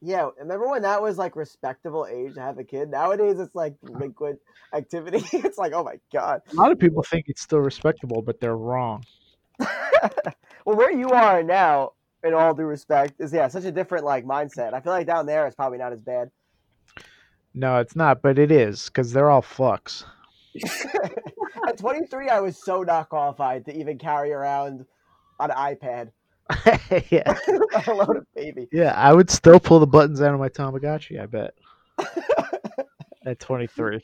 C: Yeah, remember when that was like respectable age to have a kid? Nowadays, it's like liquid activity. [laughs] it's like, oh my god.
D: A lot of people think it's still respectable, but they're wrong.
C: well, where you are now, in all due respect, is yeah, such a different like mindset. I feel like down there it's probably not as bad.
D: No, it's not, but it is because they're all fucks.
C: At 23, I was so not qualified to even carry around an iPad, [laughs]
D: yeah,
C: let alone a baby.
D: yeah. I would still pull the buttons out of my Tamagotchi. I bet. at 23.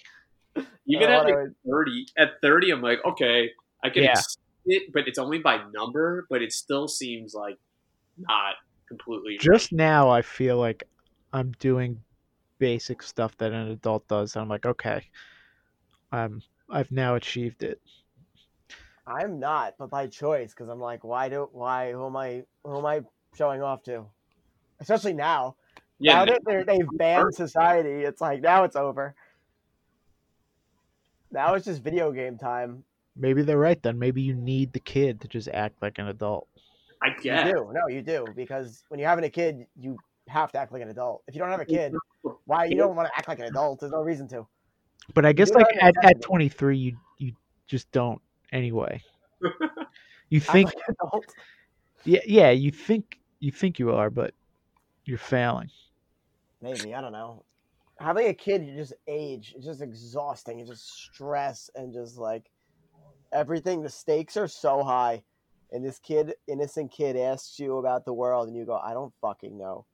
B: even at
C: Uh, what I
B: like
C: would-
B: thirty, at thirty, I'm like, okay, I can
D: Yeah.
B: ex- it, but it's only by number, but it still seems like not completely
D: Just now, I feel like I'm doing basic stuff that an adult does, and I'm like, okay, um, I've now achieved it.
C: I'm not, but by choice, because I'm like, why do why who am I who am I showing off to? Especially now.
B: Yeah,
C: now that they're, they've banned society, it's like now it's over. Now it's just video game time.
D: Maybe they're right then. Maybe you need the kid to just act like an adult.
B: I
C: You
B: guess.
C: do. No, you do because when you're having a kid, you have to act like an adult. If you don't have a kid, why you don't want to act like an adult? There's no reason to.
D: But I guess
C: You're
D: like
C: right,
D: at, at
C: exactly.
D: 23, you you just don't anyway. you
C: Act
D: think
C: like an adult.
D: yeah yeah you think you think you are, but you're failing.
C: Maybe I don't know. Having a kid, you just age. It's just exhausting. It's just stress and just like everything. The stakes are so high, and this kid, innocent kid, asks you about the world, and you go, "I don't fucking know."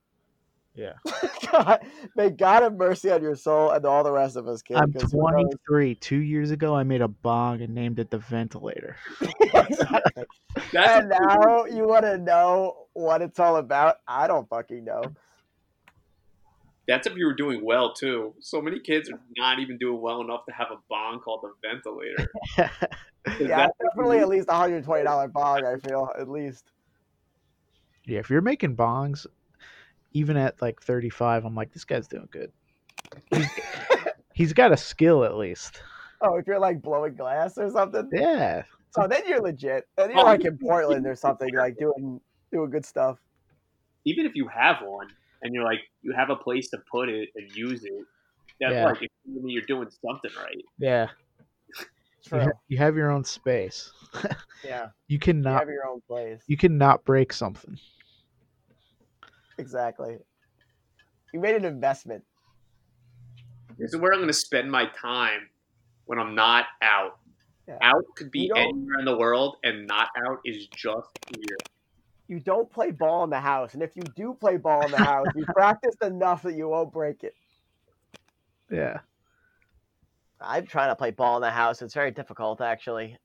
D: Yeah.
C: [laughs] God, may God have mercy on your soul and all the rest of us, kid.
D: I'm
C: 'cause who
D: 23. Two years ago, I made a bong and named it the
C: [laughs]
D: ventilator.
C: knows? Exactly.
B: That's
C: and now you want to know what it's all about? I don't fucking know.
B: that's if you were doing well too. So many kids are not even doing well enough to have a bond called the ventilator. Is
C: Yeah,
B: that-
C: it's definitely at least a hundred twenty dollar bong. I feel at least.
D: Yeah, if you're making bongs, even at like 35, I'm like, this guy's doing good. He's, he's got a skill at least.
C: Oh, if you're like blowing glass or something.
D: Yeah.
C: Oh, then you're legit. Then you're
B: Oh,
C: like
B: yeah.
C: in Portland or something, like doing doing good stuff.
B: even if you have one and you're like you have a place to put it and use it, that's
D: Yeah.
B: like if you're doing something right.
D: Yeah. You,
C: True.
D: ha- you have your own space.
B: [laughs]
C: Yeah.
D: You
C: You
D: cannot
C: have your own place.
D: you cannot break something.
C: Exactly. You made an investment.
B: This is where I'm going to spend my time when I'm not out.
C: Yeah.
B: Out could be
C: You don't-
B: anywhere in the world, and not out is just here.
C: [laughs] You don't play ball in the house, and if you do play ball in the house,
B: [laughs]
C: you practiced enough that you won't break it.
D: Yeah.
C: I'm trying to play ball in the house. It's very difficult, actually.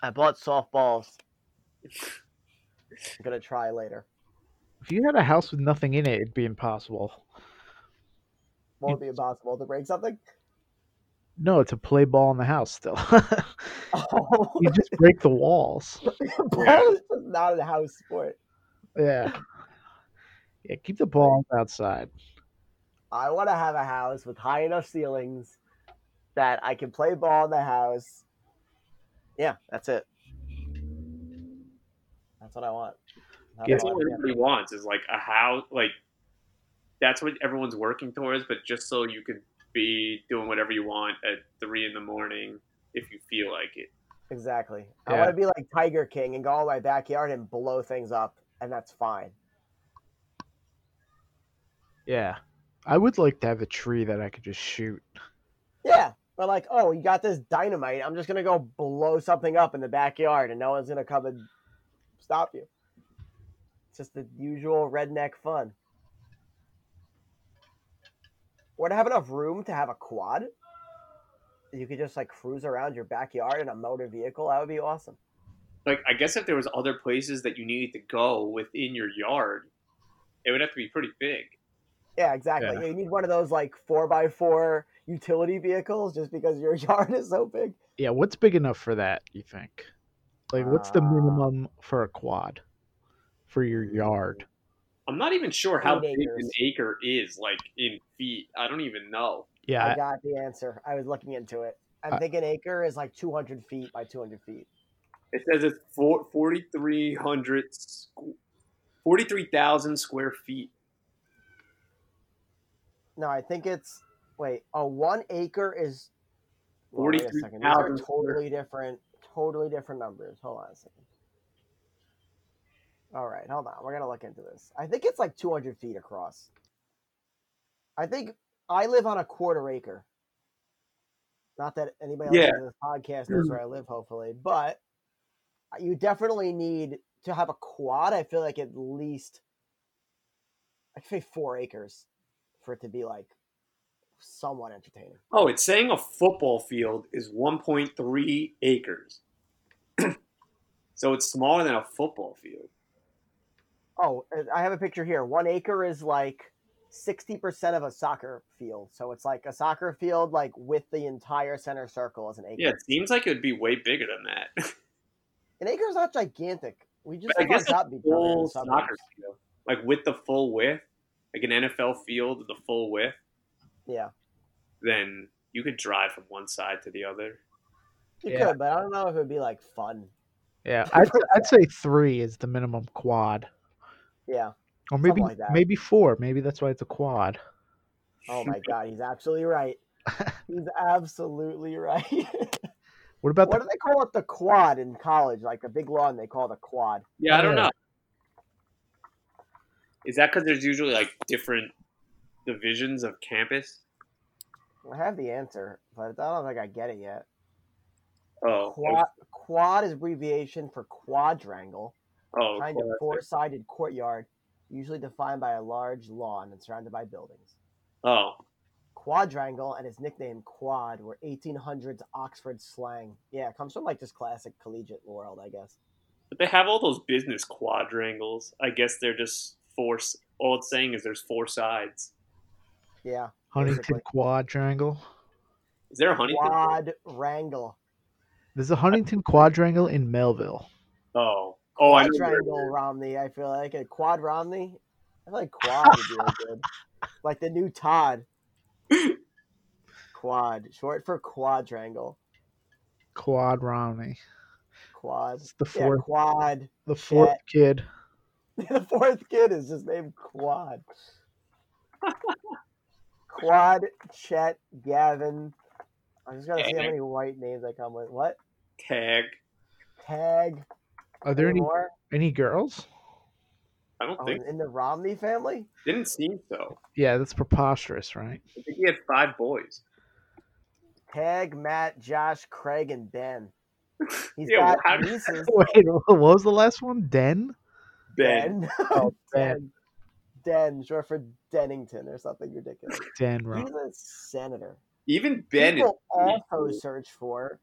C: I bought softballs. I'm gonna try later.
D: If you had a house with nothing in it, it'd be impossible.
C: Won't be impossible to break something. [laughs]
D: No, to play ball in the house still. [laughs]
C: Oh,
D: you just break the walls.
C: [laughs] ball is just not a house sport.
D: Yeah. Yeah, keep the balls outside.
C: I want to have a house with high enough ceilings that I can play ball in the house. Yeah, that's it. That's what I want. That's
D: Yeah.
B: That's
C: what I
B: all
C: want.
B: everybody wants is like a house. Like that's what everyone's working towards. But just so you could be doing whatever you want at three in the morning if you feel like it.
C: Exactly. I
D: Yeah.
C: want to be like Tiger King and go in my backyard and blow things up, and that's fine.
D: Yeah. I would like to have a tree that I could just shoot.
C: Yeah, but like, oh, you got this dynamite. I'm just gonna go blow something up in the backyard, and no one's gonna come and stop you. It's just the usual redneck fun. Would I have enough room to have a quad? You could just like cruise around your backyard in a motor vehicle. That would be awesome.
B: Like I guess if there was other places that you needed to go within your yard, it would have to be pretty big.
C: Yeah, exactly.
D: Yeah.
C: Yeah, you need one of those like four by four utility vehicles just because your [laughs] yard is so big.
D: Yeah, what's big enough for that, you think? Like what's the
C: Uh,
D: minimum for a quad? For your yard.
B: I'm not even sure how
C: Eight
B: big an
C: acres.
B: acre is, like in feet. I don't even know.
D: Yeah.
C: I got the answer. I was looking into it. I'm
D: I-
C: thinking acre is like 200 feet by 200 feet.
B: It says it's four- 4,300 squ- 43,000 square feet.
C: No, I think it's wait. A one acre is. Well, wait a second. These are
B: 43,000
C: totally different, totally different numbers. Hold on a second. All right, hold on. We're gonna look into this. I think it's like 200 feet across. I think I live on a quarter acre. Not that anybody
B: Yeah. Mm.
C: listening to this podcast knows where I live, hopefully, but you definitely need to have a quad. I feel like at least I'd say four acres for it to be like somewhat entertaining.
B: Oh, it's saying a football field is 1.3 acres. [clears throat] so it's smaller than a football field.
C: Oh, I have a picture here. One acre is like sixty percent of a soccer field, so it's like a soccer field like with the entire center circle as an acre.
B: Yeah, it seems like it would be way bigger than [laughs] that.
C: An acre is not gigantic. We just
B: But I
C: live on
B: guess a
C: top of each other in
B: full
C: some
B: soccer
C: ways.
B: field, like with the full width, like an NFL field with the full width,
C: Yeah,
B: then you could drive from one side to the other.
C: you
D: Yeah.
C: could, but I don't know if it would be like fun.
D: Yeah, I'd, I'd say three is the minimum quad,
C: Yeah.
D: or maybe
C: Something like that.
D: maybe four. Maybe that's why it's a quad.
B: [laughs]
C: Oh my god, he's absolutely right. He's absolutely right. [laughs]
D: What about
C: what
D: the
C: do they call it? The quad in college, like the big lawn, they call it a quad.
B: Yeah, I don't
D: Yeah.
B: know. Is that because there's usually like different divisions of campus?
C: I have the answer, but I don't think I get it yet.
B: Oh,
C: Quad, quad is abbreviation for quadrangle,
B: oh,
C: kind of
B: quad-
C: four-sided courtyard, usually defined by a large lawn and surrounded by buildings.
B: oh,
C: Quadrangle and its nickname quad were 1800s Oxford slang. Yeah, it comes from like just classic collegiate world, I guess.
B: but they have all those business quadrangles. I guess they're just four. s- All it's saying is there's four sides.
C: Yeah,
D: Huntington
C: basically.
D: quadrangle?
B: Is there a Huntington?
C: quadrangle.
D: There's a Huntington quadrangle in Melville.
B: Oh, oh, I know. where-
C: Quadrangle Romney. I feel like a quad Romney. I feel like quad would be
B: [laughs]
C: really good. Like the new Todd. Quad, short for quadrangle.
D: Quad Romney.
C: Quad.
D: It's the
C: Yeah,
D: fourth,
C: quad. [laughs]
D: the fourth kid.
C: The fourth kid is just named Quad. quad, Chet, Gavin. I just gotta see how
B: Tag.
C: many white names I come with. What?
B: Tag.
C: Tag.
D: Are there any
C: more?
D: any girls?
B: I don't
C: Oh,
B: think.
C: in the Romney family?
B: Didn't seem so.
D: Yeah, that's preposterous, right?
B: I think he had five boys.
C: Tag, Matt, Josh, Craig, and Ben.
B: [laughs]
C: He's
B: Yeah, well, how
C: got
B: did-
C: nieces.
D: [laughs] Wait, what was the last one? Den?
B: Ben.
C: [laughs]
D: Oh, Ben.
C: Den. Den, short for Dennington or
D: [laughs]
C: something ridiculous.
D: Den Romney.
C: He's a senator.
B: Even Ben. Is,
C: People also search for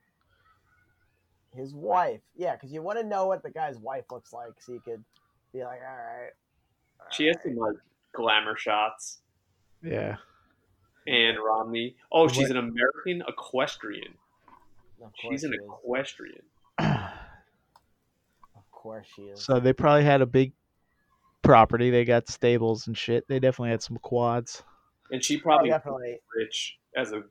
C: his wife. Yeah, because you want to know what the guy's wife looks like, so you could be like, all right. all
B: she has
C: right."
B: some like glamour shots.
D: Yeah.
B: And Romney. Oh, she's
D: What-
B: an American equestrian.
C: Of course
B: She's an
C: she is.
B: equestrian.
C: Of course she is.
D: so they probably had a big property. They got stables and shit. They definitely had some quads.
B: And she
C: Oh,
B: probably
C: definitely.
B: rich as a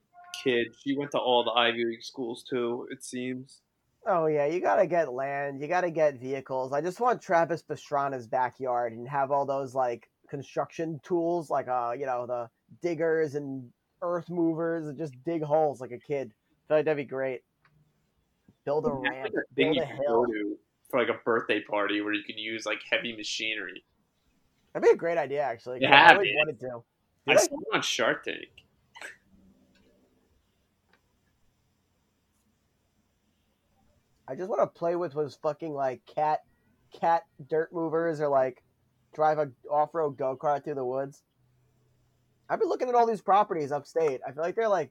B: kid. She went to all the Ivy League schools too, it seems.
C: Oh yeah, you gotta get land. You gotta get vehicles. I just want Travis Pastrana's backyard and have all those like construction tools, like uh, you know, the diggers and earth movers, and just dig holes like a kid. I feel like that'd be great. Build a
B: That's
C: ramp,
B: like a thing
C: build
B: you
C: a
B: can go
C: hill.
B: to for like a birthday party where you can use like heavy machinery.
C: That'd be a great idea, actually. 'cause
B: Yeah,
C: I always
B: man.
C: wanted to.
B: I
C: Yeah.
B: saw it on Shark Tank.
C: I just want to play with those fucking like cat, cat dirt movers, or like drive a off-road go-kart through the woods. I've been looking at all these properties upstate. I feel like they're like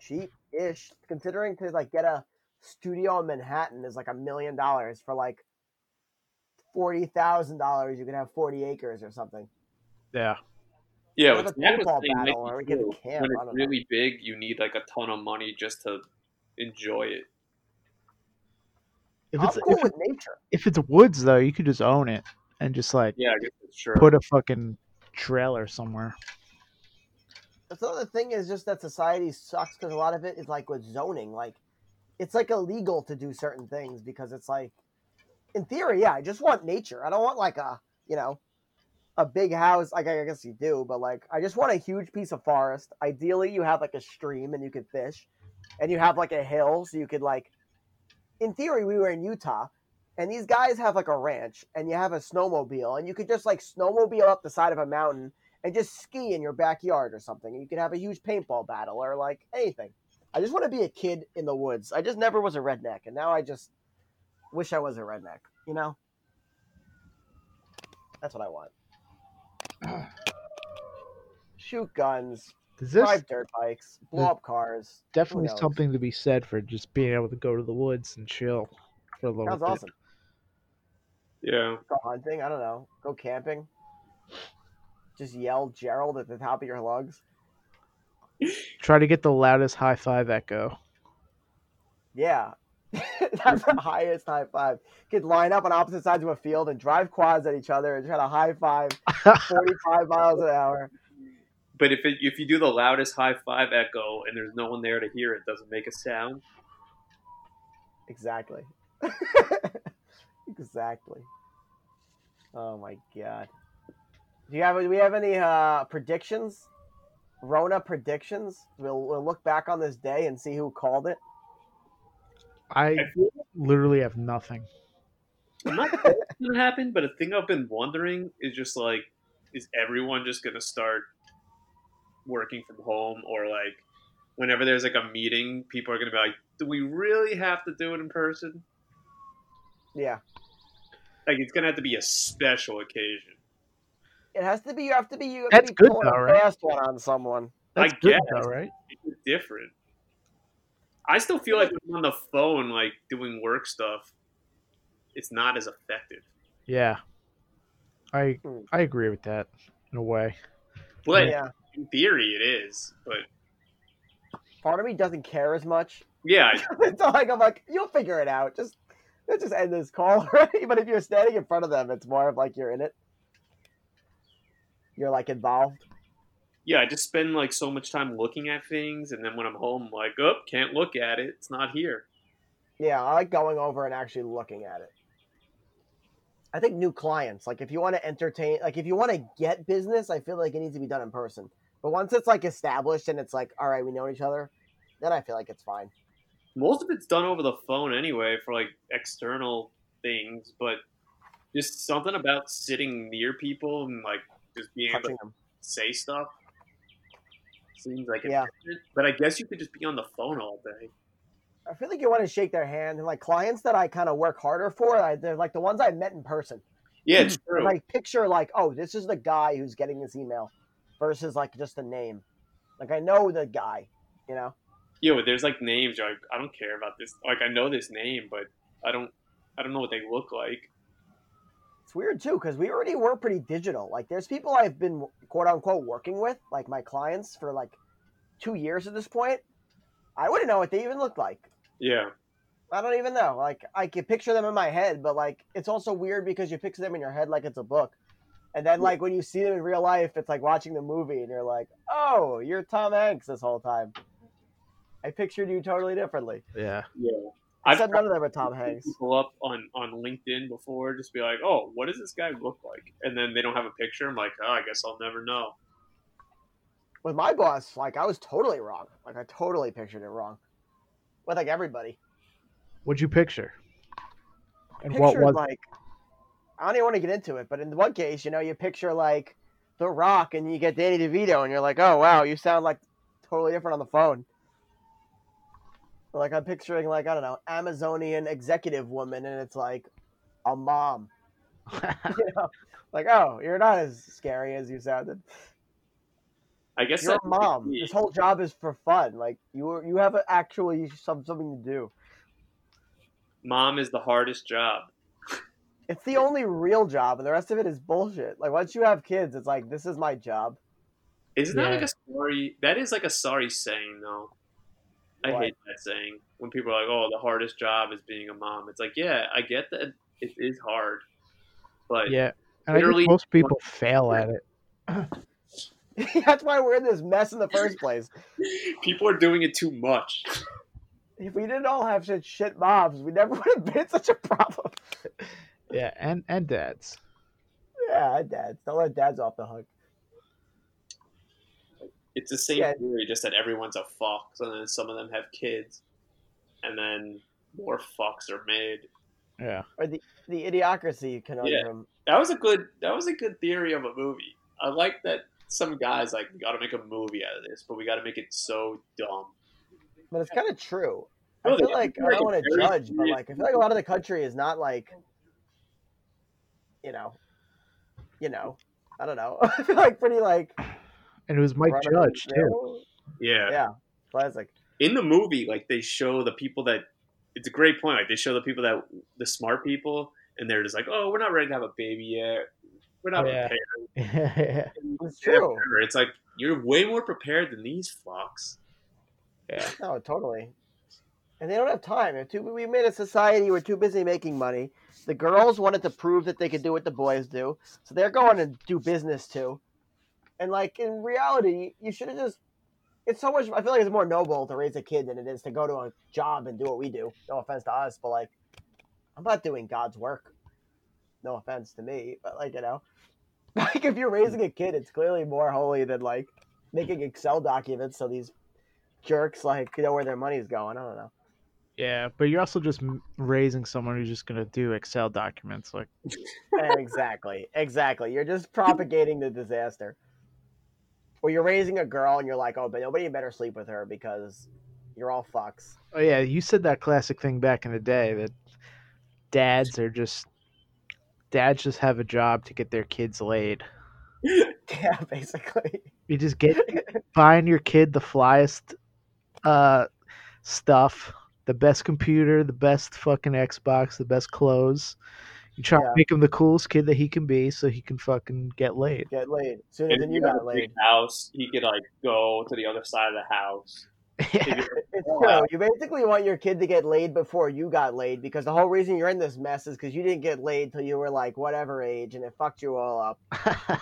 C: cheap-ish, considering to like get a studio in Manhattan is like a million dollars for like forty thousand dollars. You can have forty acres or something.
D: Yeah.
B: Yeah,
C: Have
B: what
C: a
B: Zach was
C: paintball
B: saying might
C: battle
B: be
C: or we could
B: true.
C: camp,
B: When
C: I
B: it's
C: don't know.
B: really big, you need like a ton of money just to enjoy it.
D: If
C: I'm
D: it's
C: cool
D: if,
C: with nature.
D: if it's woods though, you could just own it and just like
B: Yeah, I guess that's true.
D: put a fucking trailer somewhere.
C: That's another thing is just that society sucks because a lot of it is like with zoning, like it's like illegal to do certain things because it's like, in theory, yeah, I just want nature. I don't want like a you know, a big house. Like I guess you do, but like I just want a huge piece of forest. Ideally, you have like a stream and you could fish, and you have like a hill so you could like. In theory, we were in Utah, and these guys have like a ranch, and you have a snowmobile, and you could just like snowmobile up the side of a mountain and just ski in your backyard or something. You could have a huge paintball battle or like anything. I just want to be a kid in the woods. I just never was a redneck, and now I just wish I was a redneck. You know, that's what I want. Shoot guns,
D: Does this
C: drive dirt bikes, blow up cars. who
D: definitely
C: knows?
D: something to be said for just being able to go to the woods and chill for a little
C: Sounds
D: bit.
C: awesome.
B: Yeah.
C: Go hunting. I don't know. Go camping. Just yell Gerald at the top of your lungs.
D: Try to get the loudest high five echo.
C: Yeah. [laughs] That's the highest high five. You could line up on opposite sides of a field and drive quads at each other and try to
D: [laughs]
C: high five 45 miles an hour.
B: But if it, if you do the loudest high five echo and there's no one there to hear it, doesn't make a sound.
C: Exactly. [laughs] exactly. Oh my god. Do you have do we have any uh, predictions? Rona predictions? We'll we'll look back on this day and see who called it.
D: I literally have nothing.
B: I'm not sure it's gonna happen, but a thing I've been wondering is just like, is everyone just gonna start working from home or like, whenever there's like a meeting, people are gonna be like, do we really have to do it in person?
C: Yeah.
B: Like it's gonna have to be a special occasion.
C: It has to be you have to be you have
D: That's
C: to be
D: good
C: pulling
D: though,
C: a
D: right?
C: fast one on someone.
D: That's
B: I
D: good
B: guess.
D: though, right?
B: It's different. I still feel like when I'm on the phone, like doing work stuff, it's not as effective.
D: Yeah. I
C: Hmm.
D: I agree with that in a way.
B: But
C: Yeah.
B: in theory, it is. But
C: Part of me doesn't care as much.
B: yeah,
C: [laughs] it's not like I'm like, you'll figure it out. Just let's just end this call [laughs] already. But if you're standing in front of them, it's more of like you're in it. You're like involved.
B: yeah, I just spend like so much time looking at things, and then when I'm home, I'm like, oh, can't look at it. It's not here.
C: Yeah, I like going over and actually looking at it. I think new clients, like if you want to entertain, like if you want to get business, I feel like it needs to be done in person. But once it's like established and it's like, all right, we know each other, then I feel like it's fine.
B: Most of it's done over the phone anyway for like external things, but just something about sitting near people and like just being able to
C: Touching them.
B: say stuff seems like it.
C: Yeah.
B: But I guess you could just be on the phone all day.
C: I feel like you want to shake their hand. And like clients that I kind of work harder for, I, they're like the ones I met in person.
B: Yeah, it's true.
C: like picture like oh this is the guy who's getting this email versus like just the name like i know the guy you know
B: yeah, but there's like names. You're like, I don't care about this. Like, I know this name, but I don't, I don't know what they look like.
C: it's weird too because we already were pretty digital like there's people i've been quote unquote working with like my clients for like two years at this point i wouldn't know what they even looked like
B: Yeah,
C: i don't even know like i can picture them in my head but like it's also weird because you picture them in your head like it's a book and then like when you see them in real life it's like watching the movie and you're like oh you're tom hanks this whole time i pictured you totally differently
D: Yeah.
B: yeah.
C: I
B: I've
C: said none of them are Tom
B: tried to look
C: Hanks.
B: people up on on LinkedIn before, just be like, oh, what does this guy look like? And then they don't have a picture. I'm like, oh, I guess I'll never know.
C: With my boss, like I was totally wrong. Like I totally pictured it wrong. With like everybody.
D: What'd you [laughs] picture? And
C: Pictured
D: what was
C: like I don't even want to get into it, but in one case, you know, you picture like The Rock and you get Danny DeVito and you're like, Oh wow, you sound like totally different on the phone. Like I'm picturing like, I don't know, Amazonian executive woman and it's like a mom. You know? like, oh, you're not as scary as you sounded.
B: I guess
C: You're
B: that
C: a mom.
B: me.
C: This whole job is for fun. Like you, you have actually some something to do.
B: mom is the hardest job.
C: It's the only real job, and the rest of it is bullshit. Like once you have kids, it's like this is my job.
B: Isn't that like
D: Yeah.
B: a sorry? That is like a sorry saying, though. I
C: Why?
B: hate that saying when people are like, "Oh, the hardest job is being a mom." It's like, yeah, I get that it is hard, but
D: Yeah. And I
B: Literally-
D: think most people fail at it.
C: [laughs] That's why we're in this mess in the first place.
B: [laughs] people are doing it too much.
C: If we didn't all have such shit mobs, we never [laughs] would have been such a problem. [laughs]
D: Yeah, and and dads.
C: Yeah, dads. Don't let dads off the hook.
B: It's the same
C: Yeah.
B: theory, just that everyone's a fox, and then some of them have kids, and then more fucks are made.
D: Yeah.
C: Or the the idiocracy conundrum.
B: That was a good. That was a good theory of a movie. I like that. Some guys like we got to make a movie out of this, but we got to make it so dumb.
C: But it's kind of true.
B: No,
C: I feel
B: they-
C: like
B: they're
C: I don't
B: like
C: want to
B: very
C: judge, but
B: serious
C: like I feel like a lot of the country is not like, [laughs] you know, you know, I don't know. I feel like pretty like
D: and it was Mike
C: Run up
D: Judge
C: the
D: too.
C: hill.
B: Yeah.
C: Yeah, classic.
B: in the movie, like they show the people that it's a great point. Like they show the people that the smart people, and they're just like, "Oh, we're not ready to have a baby yet. We're not
D: Yeah.
B: prepared."
D: [laughs] yeah,
C: It's
B: Yeah,
C: true.
B: whatever. It's like you're way more prepared than these fucks.
C: No, totally. And they don't have time. They're too, we made a society. We're too busy making money. The girls wanted to prove that they could do what the boys do, so they're going to do business too. And like in reality, you should have just. It's so much. I feel like it's more noble to raise a kid than it is to go to a job and do what we do. No offense to us, but like, I'm not doing God's work. No offense to me, but like you know, [laughs] like if you're raising a kid, it's clearly more holy than like making Excel documents so these jerks like know where their money's going. I don't know.
D: yeah, but you're also just m- raising someone who's just gonna do Excel documents. Like,
C: exactly, exactly. You're just propagating the disaster. Or you're raising a girl and you're like, oh, but nobody better sleep with her because you're all fucks. [laughs]
D: oh yeah, you said that classic thing back in the day that dads are just dads just have a job to get their kids laid.
C: Yeah, basically.
D: You just get buying your kid the flyest uh, stuff, the best computer, the best fucking Xbox, the best clothes. You try to
C: Yeah.
D: make him the coolest kid that he can be, so he can fucking get laid. [laughs]
C: Get laid sooner than you got laid.
B: house, he could like go to the other side of the house.
D: Yeah,
C: It's true. You basically want your kid to get laid before you got laid because the whole reason you're in this mess is because you didn't get laid till you were like whatever age and it fucked you all up.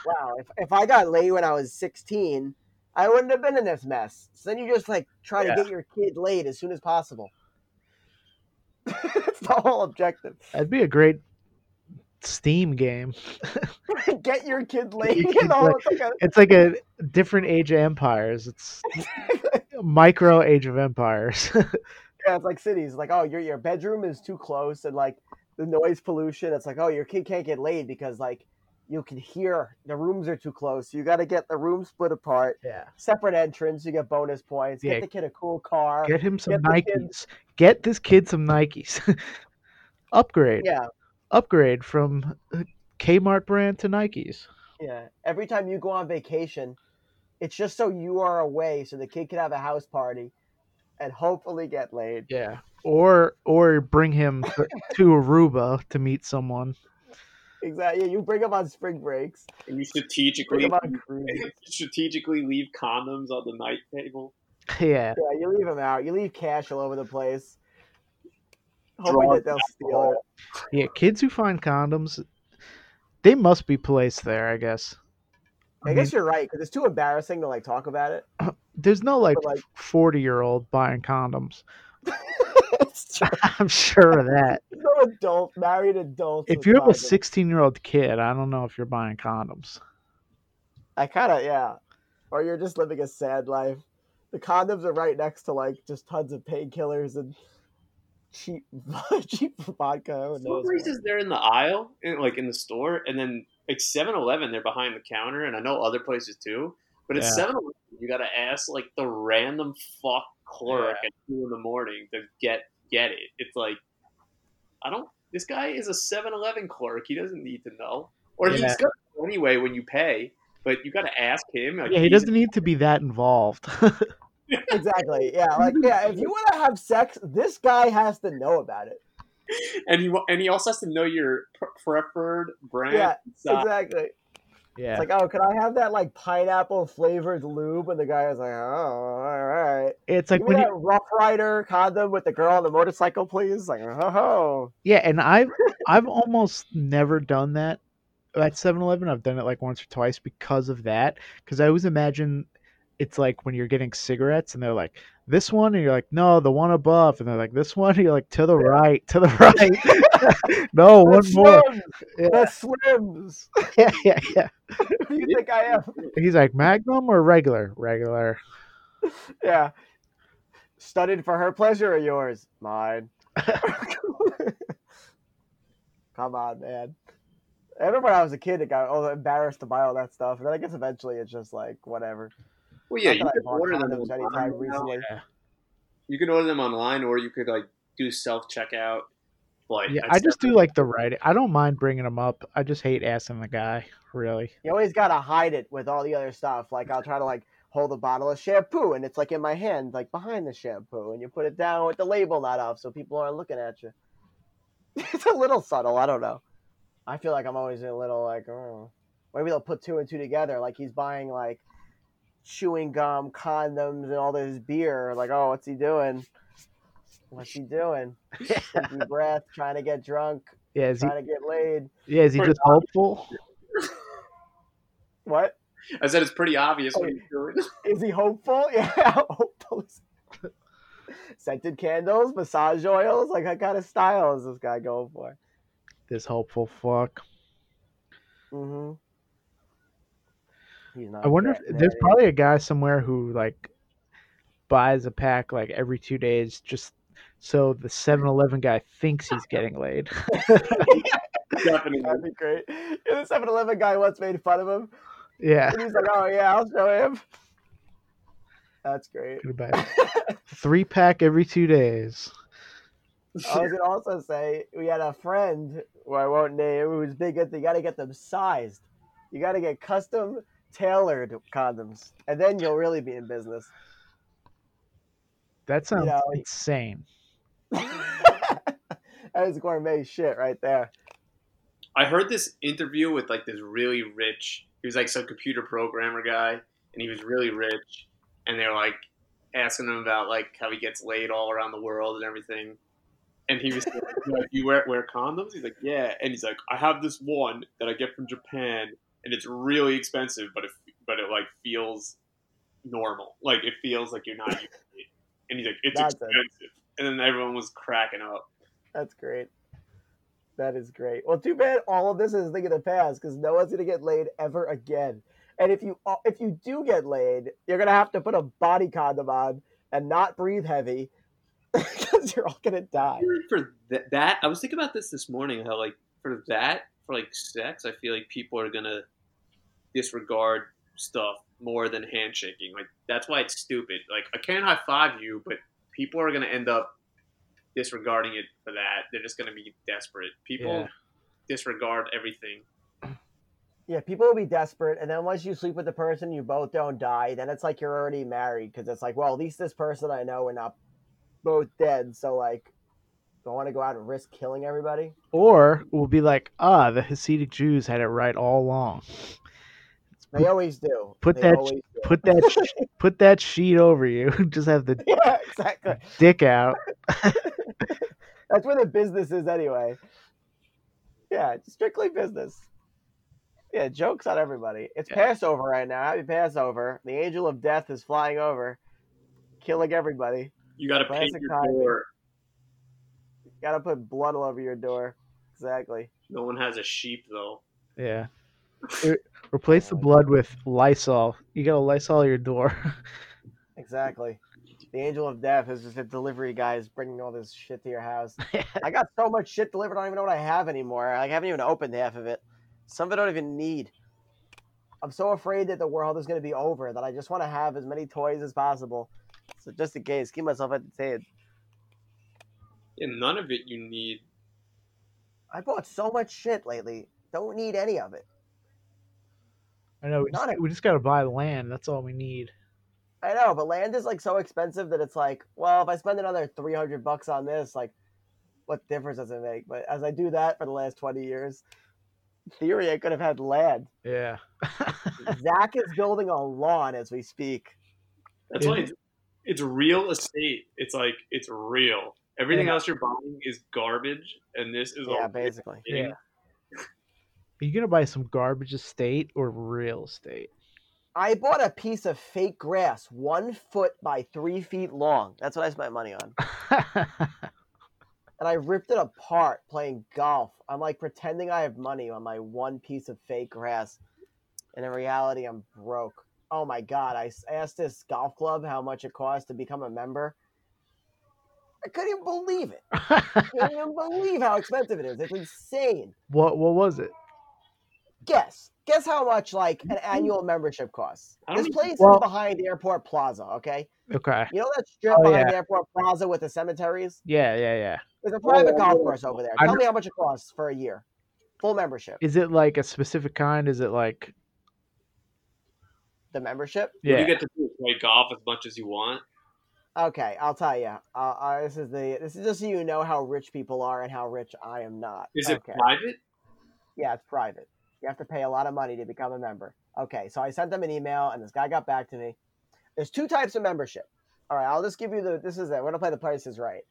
C: wow, if, if I got laid when I was 16, I wouldn't have been in this mess. So then you just like try
B: Yeah.
C: to get your kid laid as soon as possible. [laughs] That's the whole objective. [laughs]
D: that'd be a great Steam game.
C: get your kid laid. [laughs]
D: your
C: You
D: kid
C: know,
D: laid.
C: it's like a-
D: It's like a different Age of Empires.
C: [laughs]
D: It's micro Age of Empires. [laughs]
C: yeah, it's like cities. Like, oh, your your bedroom is too close, and like the noise pollution. It's like, oh, your kid can't get laid because like you can hear the rooms are too close. You got to get the room split apart,
D: yeah.
C: separate entrance. You get bonus points.
D: Yeah.
C: Get the kid a cool car.
D: Get him some
C: Get the kid-
D: Nikes. Get this kid some Nikes. [laughs] Upgrade.
C: yeah,
D: upgrade from uh, Kmart brand to Nikes.
C: Yeah. Every time you go on vacation, it's just so you are away so the kid can have a house party and hopefully get laid.
D: Yeah. Or or bring him to, to Aruba to meet someone.
C: Exactly. Yeah, you bring them on spring breaks.
B: And you [laughs]
C: Bring
B: strategically
C: them on cruises.
B: strategically leave condoms on the night table.
D: Yeah.
C: Yeah, you leave them out. You leave cash all over the place. Hoping
B: Drugs,
C: that they'll steal
B: alcohol.
C: it.
D: Yeah, kids who find condoms they must be placed there, I guess.
C: I guess you're right because it's too embarrassing to like talk about it. [laughs]
D: There's no like
C: but, like-
D: 40 year old buying condoms.
C: [laughs] it's true.
D: [laughs] I'm sure of that.
C: No adult, married adults.
D: If
C: with
D: you have a
C: condoms.
D: 16 year old kid, I don't know if you're buying condoms.
C: I kind of yeah, or you're just living a sad life. The condoms are right next to like just tons of painkillers and cheap [laughs] cheap vodka. Who
B: Some
C: knows
B: places they're in the aisle, in, like in the store, and then like 7-Eleven, they're behind the counter, and I know other places too. But at
D: Yeah.
B: 7-Eleven, you gotta ask like the random fuck clerk at two in the morning to get get it. It's like I don't. This guy is a 7-Eleven clerk. He doesn't need to know, or
D: Yeah.
B: he's gonna know anyway when you pay. But you gotta ask him. Like,
D: Yeah, he
B: he's-
D: doesn't need to be that involved.
C: what? exactly. Yeah, like yeah. If you want to have sex, this guy has to know about it.
B: and he wa- and he also has to know your pre- preferred brand.
C: Yeah,
B: and size.
C: exactly.
D: yeah.
C: It's like, oh, can I have that like pineapple flavored lube? And the guy is like, oh, all right.
D: it's like
C: Give me
D: when you
C: that Rough Rider condom with the girl on the motorcycle, please. Like, oh, ho.
D: Yeah, and I've I've almost never done that at 7-Eleven. I've done it like once or twice because of that. Because I always imagine it's like when you're getting cigarettes and they're like this one, and you're like no, the one above, and they're like this one, [laughs] and you're like to the right, to the right. [laughs] no,
C: The
D: one more.
C: Slims! The slims.
D: Yeah, [laughs] yeah, yeah.
C: [laughs] Who do you
D: [laughs]
C: think I am?
D: He's like Magnum or regular, regular.
C: Yeah. Studied for her pleasure or yours? Mine. [laughs] Come on, man. I remember when I was a kid, it got all embarrassed to buy all that stuff. And then I guess eventually it's just like, whatever.
B: Well, yeah,
C: Not
B: you
C: that I
B: can
C: bought
B: order them
C: condoms
B: online
C: anytime
B: now.
C: recently.
B: You can order them online, or you could like do self checkout. Like,
D: Yeah,
B: that's
D: I just do
B: definitely-
D: like the writing. I don't mind bringing them up. I just hate asking the guy. Really,
C: You always gotta hide it with all the other stuff. Like I'll try to like hold a bottle of shampoo and it's like in my hand, like behind the shampoo, and you put it down with the label not up so people aren't looking at you. [laughs] It's a little subtle, I don't know. I feel like I'm always a little like, oh. maybe they'll put two and two together. Like he's buying like chewing gum, condoms, and all this beer. Like, oh, what's he doing? What's he doing?
D: [laughs]
C: Taking breath, trying to get drunk,
D: yeah. Is he?
C: trying to get laid.
D: Yeah, is he
B: Or
D: just hopeful?
C: What?
B: I said it's pretty obvious what he's doing.
D: [laughs]
C: Is he hopeful? [laughs] Yeah, hopeful. [laughs] Scented candles, massage oils. Like, what kind of style is this guy going for?
D: This hopeful fuck.
C: Mm-hmm. He's not.
D: I wonder if
C: getting
D: there's
C: it.
D: probably a guy somewhere who like buys a pack like every two days just so the 7-Eleven guy thinks he's getting laid. [laughs]
B: Definitely.
C: That'd be great. Yeah, the 7 Eleven guy once made fun of him.
D: yeah.
C: And he's like, oh, yeah, I'll show him. [laughs] That's great. [laughs]
D: Gonna buy three pack every two days. Uh,
C: I was going to also say, we had a friend who I won't name who's big at the, you got to get them sized. You got to get custom tailored condoms. And then you'll really be in business.
D: That sounds
C: know, he-
D: insane.
C: that is gourmet shit right there.
B: I heard this interview with like this really rich. He was like some computer programmer guy, and he was really rich. And they're like asking him about like how he gets laid all around the world and everything. And he was [laughs] like, "You wear wear condoms?" He's like, "Yeah." And he's like, "I have this one that I get from Japan, and it's really expensive, but it but it like feels normal. Like it feels like
C: [laughs]
B: you're not using it." And he's like, "It's
C: That's it.
B: expensive." And then everyone was cracking up.
C: That's great. That is great. Well, too bad all of this is a thing of the past because no one's gonna get laid ever again. And if you uh, if you do get laid, you're gonna have to put a body condom on and not breathe heavy [laughs] because you're all gonna die.
B: for th- that i was thinking about this this morning how like for that for like sex i feel like people are gonna disregard stuff more than handshaking like that's why it's stupid like i can't high five you but people are gonna end up disregarding it for that they're just gonna be desperate people
D: Yeah.
B: disregard everything
C: Yeah, people will be desperate, and then once you sleep with the person, you both don't die. Then it's like you're already married because it's like, well, at least this person I know we're not both dead. So like, do I want to go out and risk killing everybody?
D: Or we'll be like, ah, the Hasidic Jews had it right all along.
C: They always do.
D: Put
C: They
D: that sh-
C: always do.
D: Put that sh- put that sheet over you. [laughs] Just have the
C: [laughs] yeah, exactly.
D: dick out.
C: That's where the business is anyway. Yeah, it's strictly business. Yeah, jokes on everybody. It's
D: Yeah.
C: Passover right now. Happy Passover. The angel of death is flying over, killing everybody.
B: you gotta paint
C: Classic
B: your
C: timing.
B: door
C: Gotta put blood all over your door. Exactly.
B: no one has a sheep though
D: Yeah. Re- Replace the blood with Lysol. You gotta Lysol your door. [laughs]
C: Exactly. The angel of death is just a delivery guy is bringing all this shit to your house. I got so much shit delivered. I don't even know what I have anymore. I haven't even opened half of it. Some of it I don't even need. I'm so afraid that the world is going to be over that I just want to have as many toys as possible. So just in case, keep myself entertained.
B: and none of it you need
C: I bought so much shit lately. Don't need any of it.
D: I know we
C: Not
D: just,
C: a-
D: we just gotta buy land. That's all we need.
C: I know, but land is like so expensive that it's like, well, if I spend another 300 bucks on this, like, what difference does it make? But as I do that for the last 20 years, in theory, I could have had land.
D: Yeah.
C: Zach is building a lawn as we speak.
B: That's
D: Yeah.
B: why it's, it's real estate. It's like it's real. Everything else you're buying is garbage, and this is
C: Yeah,
B: all
C: basically.
B: Yeah.
D: Are you gonna buy some garbage estate or real estate? [laughs]
C: I bought a piece of fake grass, one foot by three feet long. That's what I spent money on. And I ripped it apart playing golf. I'm like pretending I have money on my one piece of fake grass. And in reality, I'm broke. Oh my God. I s- asked this golf club how much it cost to become a member. I couldn't even believe it. I couldn't even believe how expensive it is. It's insane.
D: what what was it?
C: guess guess how much like an annual membership costs
B: I don't
C: this
B: even-
C: place
D: Well-
C: is behind airport plaza okay
D: Okay.
C: you know that strip
D: Oh,
C: behind
D: yeah. Oh,
C: airport plaza with the cemeteries
D: Yeah, yeah, yeah.
C: There's a private golf course over there. Tell me how much it costs for a year, full membership.
D: Is it like a specific kind? Is it like
C: The membership.
B: What
D: yeah?
B: You get to do is play golf as much as you want.
C: Okay, I'll tell you. Uh, uh, this is the this is just so you know how rich people are and how rich I am not.
B: Is
C: okay.
B: it private?
C: Yeah, it's private. You have to pay a lot of money to become a member. Okay, so I sent them an email, and this guy got back to me. There's two types of membership. All right, I'll just give you the. This is it. We're gonna play the prices right.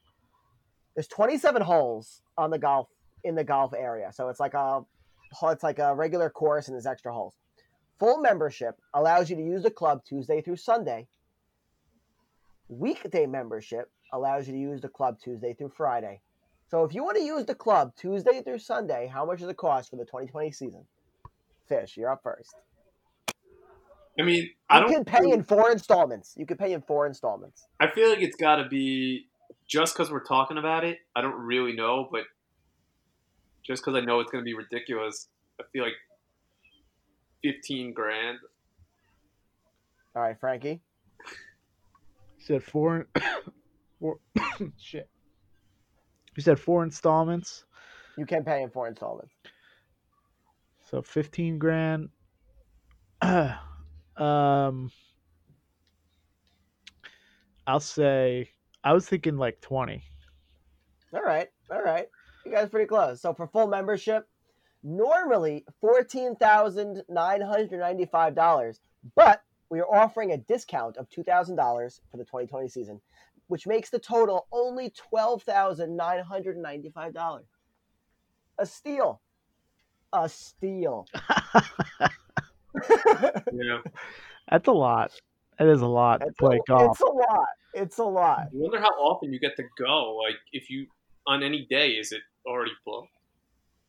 C: There's 27 holes on the golf in the golf area, so it's like a, it's like a regular course, and there's extra holes. Full membership allows you to use the club Tuesday through Sunday. Weekday membership allows you to use the club Tuesday through Friday. So if you want to use the club Tuesday through Sunday, how much does it cost for the 2020 season? Fish, you're up first.
B: I mean, I
C: You
B: don't.
C: can pay in four installments. You can pay in four installments.
B: I feel like it's got to be just because we're talking about it. I don't really know, but just because I know it's going to be ridiculous, I feel like fifteen
C: [laughs]
B: grand.
C: All right, Frankie.
D: You said four. [coughs] four shit. You said four installments,
C: You can pay in four installments.
D: so fifteen grand. [coughs] um, I'll say I was thinking like twenty. [laughs]
C: All right, all right. You guys pretty close. So for full membership, normally fourteen thousand nine hundred ninety-five dollars, but we are offering a discount of two thousand dollars for the 2020 season, which makes the total only twelve thousand nine hundred ninety-five dollars. A steal. A steal.
B: Yeah,
D: That's a lot. That is a lot to
C: It's
D: play
C: a,
D: golf.
C: It's a lot. It's a lot.
B: I wonder how often you get to go. Like, if you on any day, is it already booked?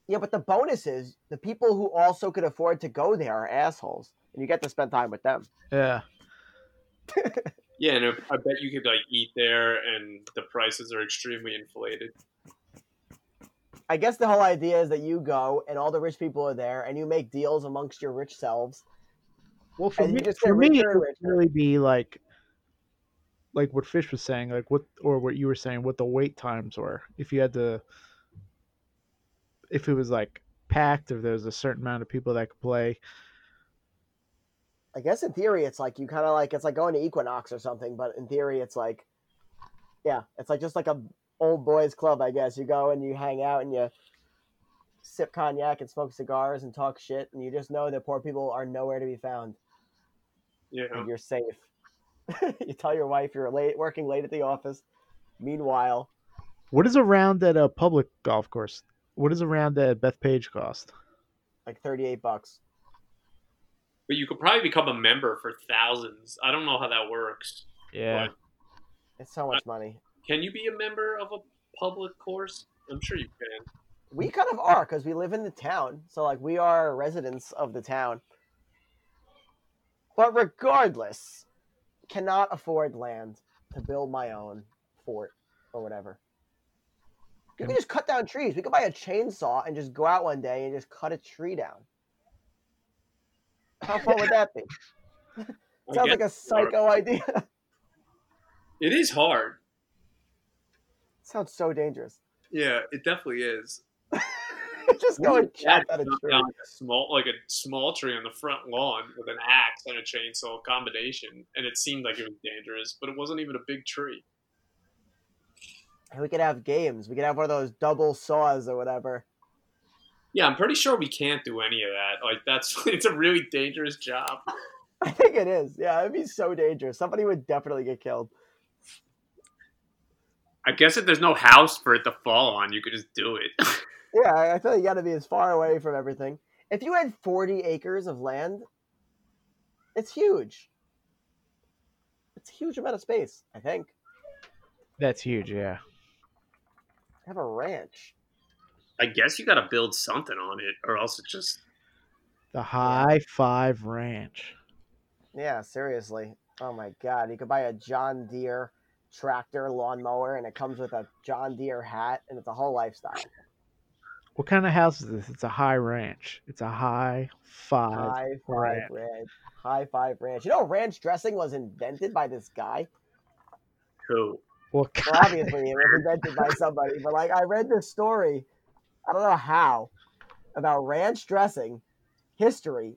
C: Yeah, but the bonus is the people who also could afford to go there are assholes, and you get to spend time with them.
D: Yeah.
B: Yeah, and I I bet you could like eat there, and the prices are extremely inflated.
C: I guess the whole idea is that you go and all the rich people are there and you make deals amongst your rich selves.
D: Well, for
C: And
D: me,
C: you just
D: for
C: get
D: me, it
C: richer and
D: would
C: richer.
D: really be like, like what Fish was saying, like what or what you were saying, what the wait times were. If you had to, if it was like packed, if there was a certain amount of people that could play.
C: I guess in theory it's like you kind of like it's like going to Equinox or something, but in theory it's like yeah, it's like just like a old boys club, I guess. You go and you hang out and you sip cognac and smoke cigars and talk shit and you just know that poor people are nowhere to be found
B: Yeah,
C: and you're safe. [laughs] you tell your wife you're late working late at the office. Meanwhile,
D: What is a round at a public golf course? What is a round at Bethpage cost?
C: like 38 bucks.
B: but you could probably become a member for thousands. I don't know how that works.
D: Yeah,
B: But
C: It's so much money.
B: can you be a member of a public course? I'm sure you can.
C: We kind of are because we live in the town, so like we are residents of the town. But regardless, cannot afford land to build my own fort or whatever. You can just cut down trees. We could buy a chainsaw and just go out one day and just cut a tree down. How fun would that be?
B: I
C: Sounds
B: guess
C: like a psycho idea. [laughs]
B: it is hard.
C: Sounds so dangerous. [laughs]
B: Yeah, it definitely is.
C: just go and chop
B: Yeah,
C: down a
B: knock
C: tree.
B: down a small, like a small tree on the front lawn with an axe and a chainsaw combination, and it seemed like it was dangerous, but it wasn't even a big tree.
C: And we could have games. We could have one of those double saws or whatever.
B: Yeah, I'm pretty sure we can't do any of that. Like that's [laughs] it's a really dangerous job.
C: I think it is. Yeah, it'd be so dangerous. Somebody would definitely get killed.
B: I guess if there's no house for it to fall on, you could just do it. [laughs]
C: Yeah, I I feel you got to be as far away from everything. If you had 40 acres of land, it's huge. It's a huge amount of space, I think.
D: that's huge. Yeah,
C: Have a ranch.
B: I guess you got to build something on it, or else it just
D: the High Five Ranch.
C: Yeah, seriously. Oh my God. You could buy a John Deere tractor lawnmower and it comes with a John Deere hat and it's a whole lifestyle.
D: What kind of house is this? It's a high ranch. It's a high five.
C: High five
D: Ranch.
C: ranch. High five ranch. You know, ranch dressing was invented by this guy.
B: who
D: Well, [laughs]
C: Well, obviously it was invented by somebody, but like I read this story, I don't know how, about ranch dressing history.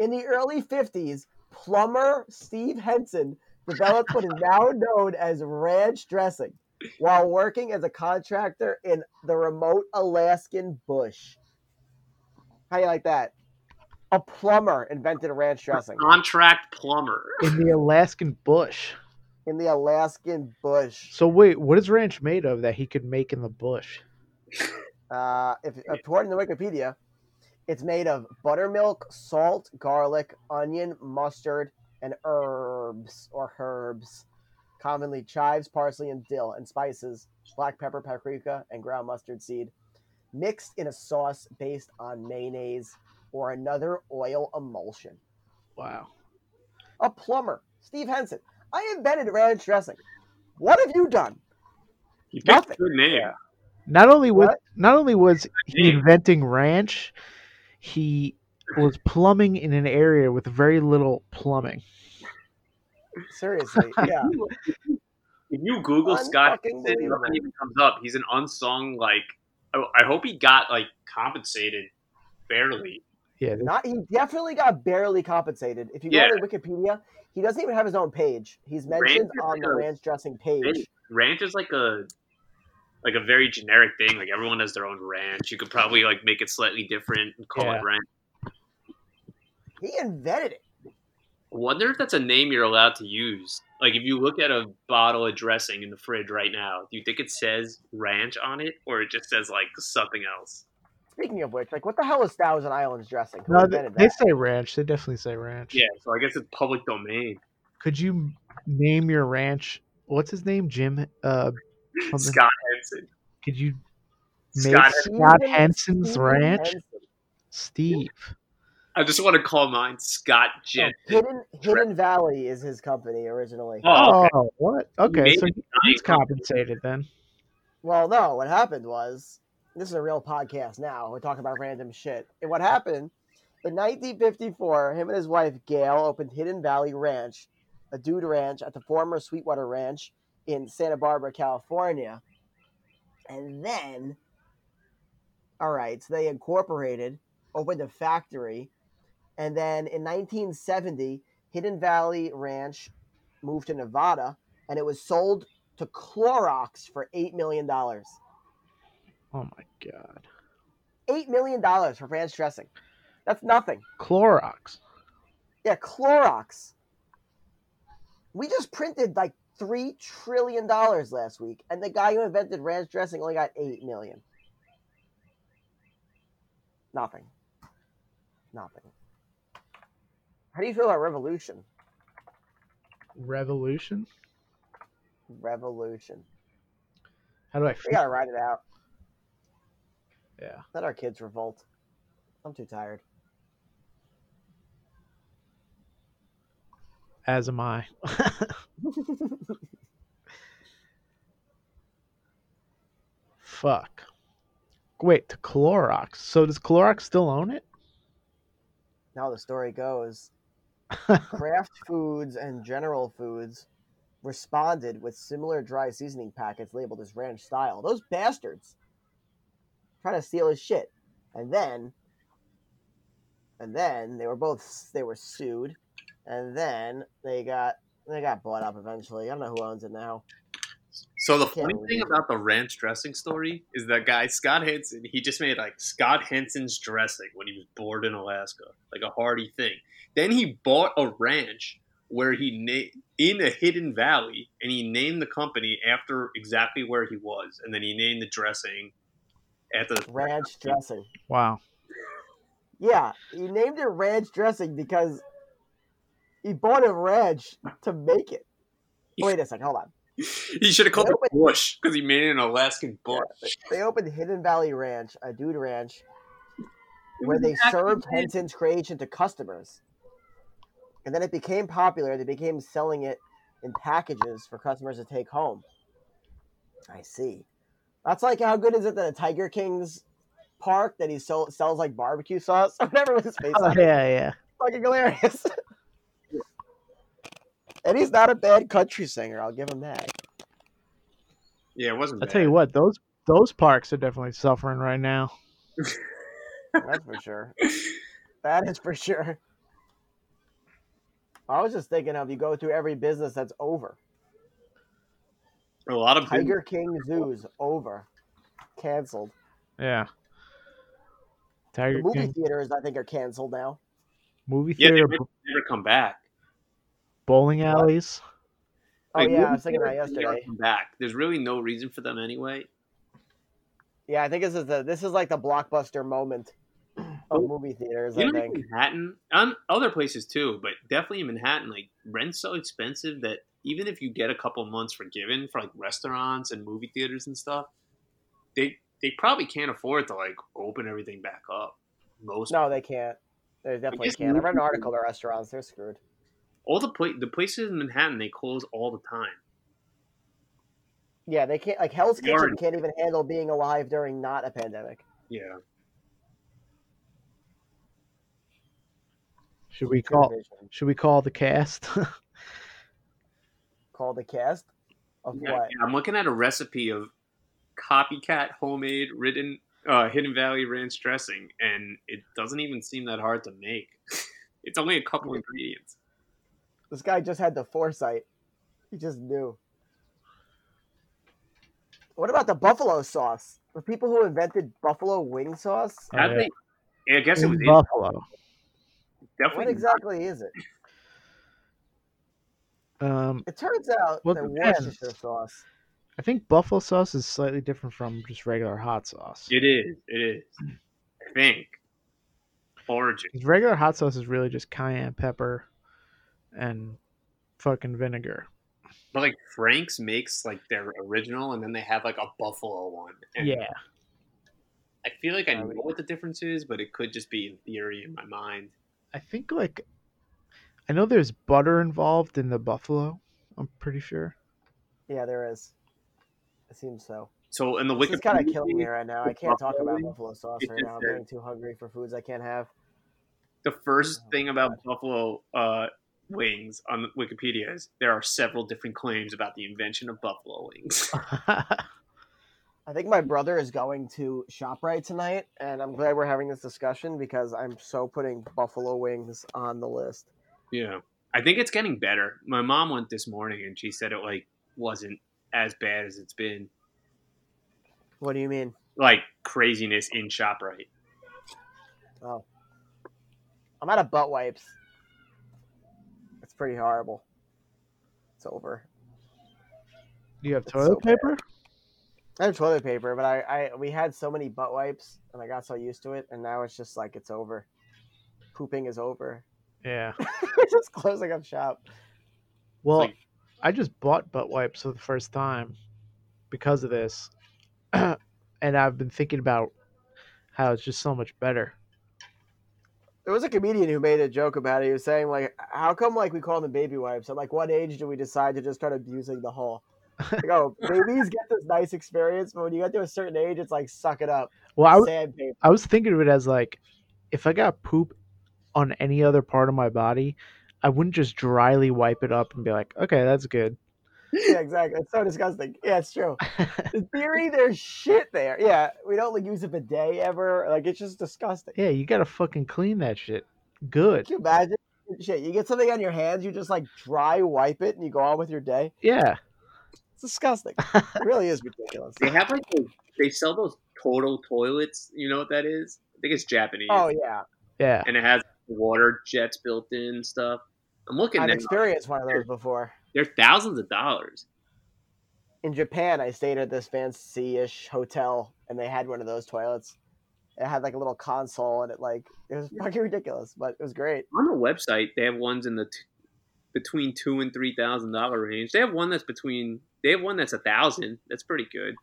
C: In the early 50s, plumber Steve Henson developed what is now known as ranch dressing while working as a contractor in the remote Alaskan bush. How you like that? A plumber invented ranch dressing
B: Contract plumber.
D: in the Alaskan bush.
C: in the Alaskan bush.
D: So wait, what is ranch made of that he could make in the bush?
C: Uh, if according to Wikipedia, it's made of buttermilk, salt, garlic, onion, mustard, and herbs or herbs, commonly chives, parsley, and dill, and spices, black pepper, paprika, and ground mustard seed, mixed in a sauce based on mayonnaise or another oil emulsion.
D: Wow.
C: A plumber, Steve Henson. I invented ranch dressing. What have you done?
B: You picked a
C: Nothing.
B: good name.
C: Yeah.
D: Not only was
C: What?
D: not only was he
B: Dang.
D: inventing ranch, he was plumbing in an area with very little plumbing.
C: Seriously, yeah.
B: If you Google Scott
C: Unfucking
B: Henson,
C: believable.
B: nothing even comes up. He's an unsung like. I, I hope he got like compensated fairly.
D: Yeah. this-
C: Not he definitely got barely compensated. If you go
B: Yeah.
C: to Wikipedia, he doesn't even have his own page. He's mentioned
B: is
C: on
B: like
C: the
B: a
C: ranch dressing page.
B: Ranch, ranch is like a like a very generic thing. Like everyone has their own ranch. You could probably like make it slightly different and call
D: Yeah.
B: it ranch.
C: He invented it.
B: Wonder if that's a name you're allowed to use. Like if you look at a bottle of dressing in the fridge right now, do you think it says ranch on it or it just says like something else?
C: Speaking of which, like what the hell is Thousand Islands dressing?
D: [laughs]
C: Who
D: No, they,
C: invented
D: they
C: that?
D: say ranch. They definitely say ranch.
B: Yeah, so I guess it's public domain.
D: Could you name your ranch? What's his name? Jim. Uh, Something.
B: Scott Henson.
D: could you make
B: Scott
D: Scott,
C: Henson.
D: Henson's
C: Steven
D: ranch?
C: Henson.
D: Steve.
B: I just want to call mine Scott Jensen.
C: Hidden Hidden Valley is his company originally.
B: Oh,
D: Oh,
B: okay.
D: what?
B: made
D: Okay, so
B: it
D: he's compensated then.
C: Well, no, what happened was this is a real podcast now. We're talking about random shit. And what happened in 1954, him and his wife Gail opened Hidden Valley Ranch, a dude ranch at the former Sweetwater Ranch in Santa Barbara, California. And then, all right, so they incorporated, opened a factory. And then in 1970, Hidden Valley Ranch moved to Nevada and it was sold to Clorox for eight million dollars.
D: Oh my god.
C: Eight million dollars for ranch dressing. That's nothing.
D: Clorox.
C: Yeah, Clorox. We just printed like three trillion dollars last week, and the guy who invented ranch dressing only got eight million. Nothing. Nothing. How do you feel about revolution?
D: Revolution?
C: Revolution.
D: How do I
C: We
D: feel?
C: gotta ride it out.
D: Yeah.
C: Let our kids revolt. I'm too tired.
D: As am [laughs] I. Fuck. Wait, to Clorox. So does Clorox still own it?
C: now the story goes Kraft Foods and General Foods responded with similar dry seasoning packets labeled as ranch style. Those bastards trying to steal his shit. And then and then they were both they were sued and then they got they got bought up eventually. I don't know who owns it now.
B: So the
C: Can't
B: funny
C: believe
B: thing
C: it.
B: about the ranch dressing story is that guy Scott Henson, he just made like Scott Henson's dressing when he was bored in Alaska, like a hardy thing. Then he bought a ranch where he na- in a hidden valley, and he named the company after exactly where he was, and then he named the dressing after the
C: Ranch dressing.
D: Wow.
C: Yeah, he named it ranch dressing because he bought a ranch to make it. Wait a second, hold on.
B: [laughs] He should have called it Bush because he made it an Alaskan bush.
C: they opened Hidden Valley Ranch, a dude ranch, where they
B: Exactly.
C: served Henson's creation to customers. And then it became popular. They became selling it in packages for customers to take home. I see. That's like how good is it that a Tiger King's park that he so- sells like barbecue sauce or whatever with his face on it.
D: Oh, yeah, yeah.
C: Fucking hilarious. [laughs] and he's not a bad country singer. I'll give him that.
B: Yeah, it wasn't.
D: I tell you
B: bad.
D: what, those those parks are definitely suffering right now.
C: That's for sure. That is for sure. I was just thinking of you go through every business that's over.
B: a lot of big-
C: Tiger King zoos over, canceled.
D: Yeah. Tiger
C: The
D: movie,
C: movie
D: King
C: theaters, I think, are canceled now.
D: movie
B: Yeah, they
D: theater,
B: never, never come back.
D: bowling alleys.
C: Oh
B: Like,
C: yeah, I
B: movie
C: was thinking that
B: theaters, they never
C: yesterday.
B: come back. There's really no reason for them anyway.
C: Yeah, I think this is the this is like the
B: [clears throat]
C: blockbuster moment of movie theaters.
B: you
C: I
B: know, like
C: think.
B: Manhattan, um, other places too, but definitely in Manhattan, like rent's so expensive that even if you get a couple months forgiven for like restaurants and movie theaters and stuff, they they probably can't afford to like open everything back up. Most
C: No, they can't. They definitely
B: guess
C: can't. I read an
B: movie-
C: article. The restaurants, they're screwed.
B: all the pla- the places in Manhattan they close all the time.
C: Yeah, they can't. Like Hell's Kitchen
B: Yarn.
C: can't even handle being alive during not a pandemic.
B: Yeah,
D: Should we call?
C: Vision.
D: Should we call the cast? [laughs]
C: Call the cast of
B: Yeah,
C: what?
B: yeah, I'm looking at a recipe of copycat homemade ridden uh, Hidden Valley ranch dressing, and it doesn't even seem that hard to make. [laughs] it's only a couple ingredients.
C: This guy just had the foresight. He just knew. What about the buffalo sauce? The people who invented buffalo wing sauce?
D: Oh, yeah.
B: Definitely- yeah. I guess it was
D: In Buffalo.
C: Mm, What
B: definitely
C: exactly is it?
D: Um,
C: It turns out
D: Well,
C: that
D: it depends.
C: Worcestershire sauce.
D: I think buffalo sauce is slightly different from just regular hot sauce.
B: it is. It is. I think origin.
D: 'Cause regular hot sauce is really just cayenne pepper and fucking vinegar.
B: But like Frank's makes like their original, and then they have like a buffalo one. And
D: Yeah.
B: I feel like I
C: Oh,
B: know
C: yeah.
B: what the difference is, but it could just be in theory in my mind.
D: I think like I know there's butter involved in the buffalo. I'm pretty
C: [laughs]
D: sure.
C: Yeah, there is. It seems so.
B: So in the
C: This
B: Wikipedia,
C: is kind of killing me right now. I can't talk about buffalo sauce
B: It
C: right
B: just
C: now. I'm
B: says-
C: getting too hungry for foods I can't have.
B: the first
C: Oh,
B: thing about buffalo uh, wings on Wikipedia is there are several different claims about the invention of buffalo wings. [laughs]
C: I think my brother is going to ShopRite tonight, and I'm glad we're having this discussion because I'm so putting buffalo wings on the list.
B: yeah, I think it's getting better. My mom went this morning and she said it like wasn't as bad as it's been,
C: What do you mean?
B: like craziness in Shoprite.
C: I'm out of butt wipes. It's pretty horrible. It's over.
D: you have
C: It's
D: toilet
C: so bad.
D: paper?
C: I have toilet paper, but I, I we had so many butt wipes, and I got so used to it, and now it's just like it's over. Pooping is over. [laughs]
D: Yeah.
C: We're just closing up shop.
D: Well,
B: like-
D: I just bought butt wipes for the first time because of this. [clears throat] and I've been thinking about how it's just so much better.
C: There was a comedian who made a joke about it. He was saying like, "How come like we call them baby wipes? At like what age do we decide to just start abusing the whole?" Like, oh, babies get this nice experience, but when you get to a certain age, it's like suck it up,
D: Well, I, w-
C: sandpaper.
D: I was thinking of it as like if I got poop on any other part of my body, I wouldn't just dryly wipe it up and be like, okay, that's good.
C: Yeah, exactly. It's so disgusting. Yeah, it's true. In theory, there's shit there. Yeah, we don't like use a bidet ever. Like it's just disgusting.
D: yeah, you got to fucking clean that shit. Good.
C: Can you imagine? Shit, you get something on your hands, you just like dry wipe it, and you go on with your day.
D: Yeah.
C: It's disgusting. It really is ridiculous.
B: They have like those, they sell those total toilets. You know what that is? I think it's Japanese,
C: Oh yeah,
D: Yeah.
B: and it has water jets built in and stuff. I'm looking.
C: I've
B: They're,
C: experienced one of those before.
B: they're thousands of dollars.
C: in Japan, I stayed at this fancy-ish hotel, and they had one of those toilets. It had like a little console, and it like it was fucking ridiculous, but it was great.
B: On the website, they have ones in the t- between two and three thousand dollar range. They have one that's between. They have one that's a thousand. That's pretty good.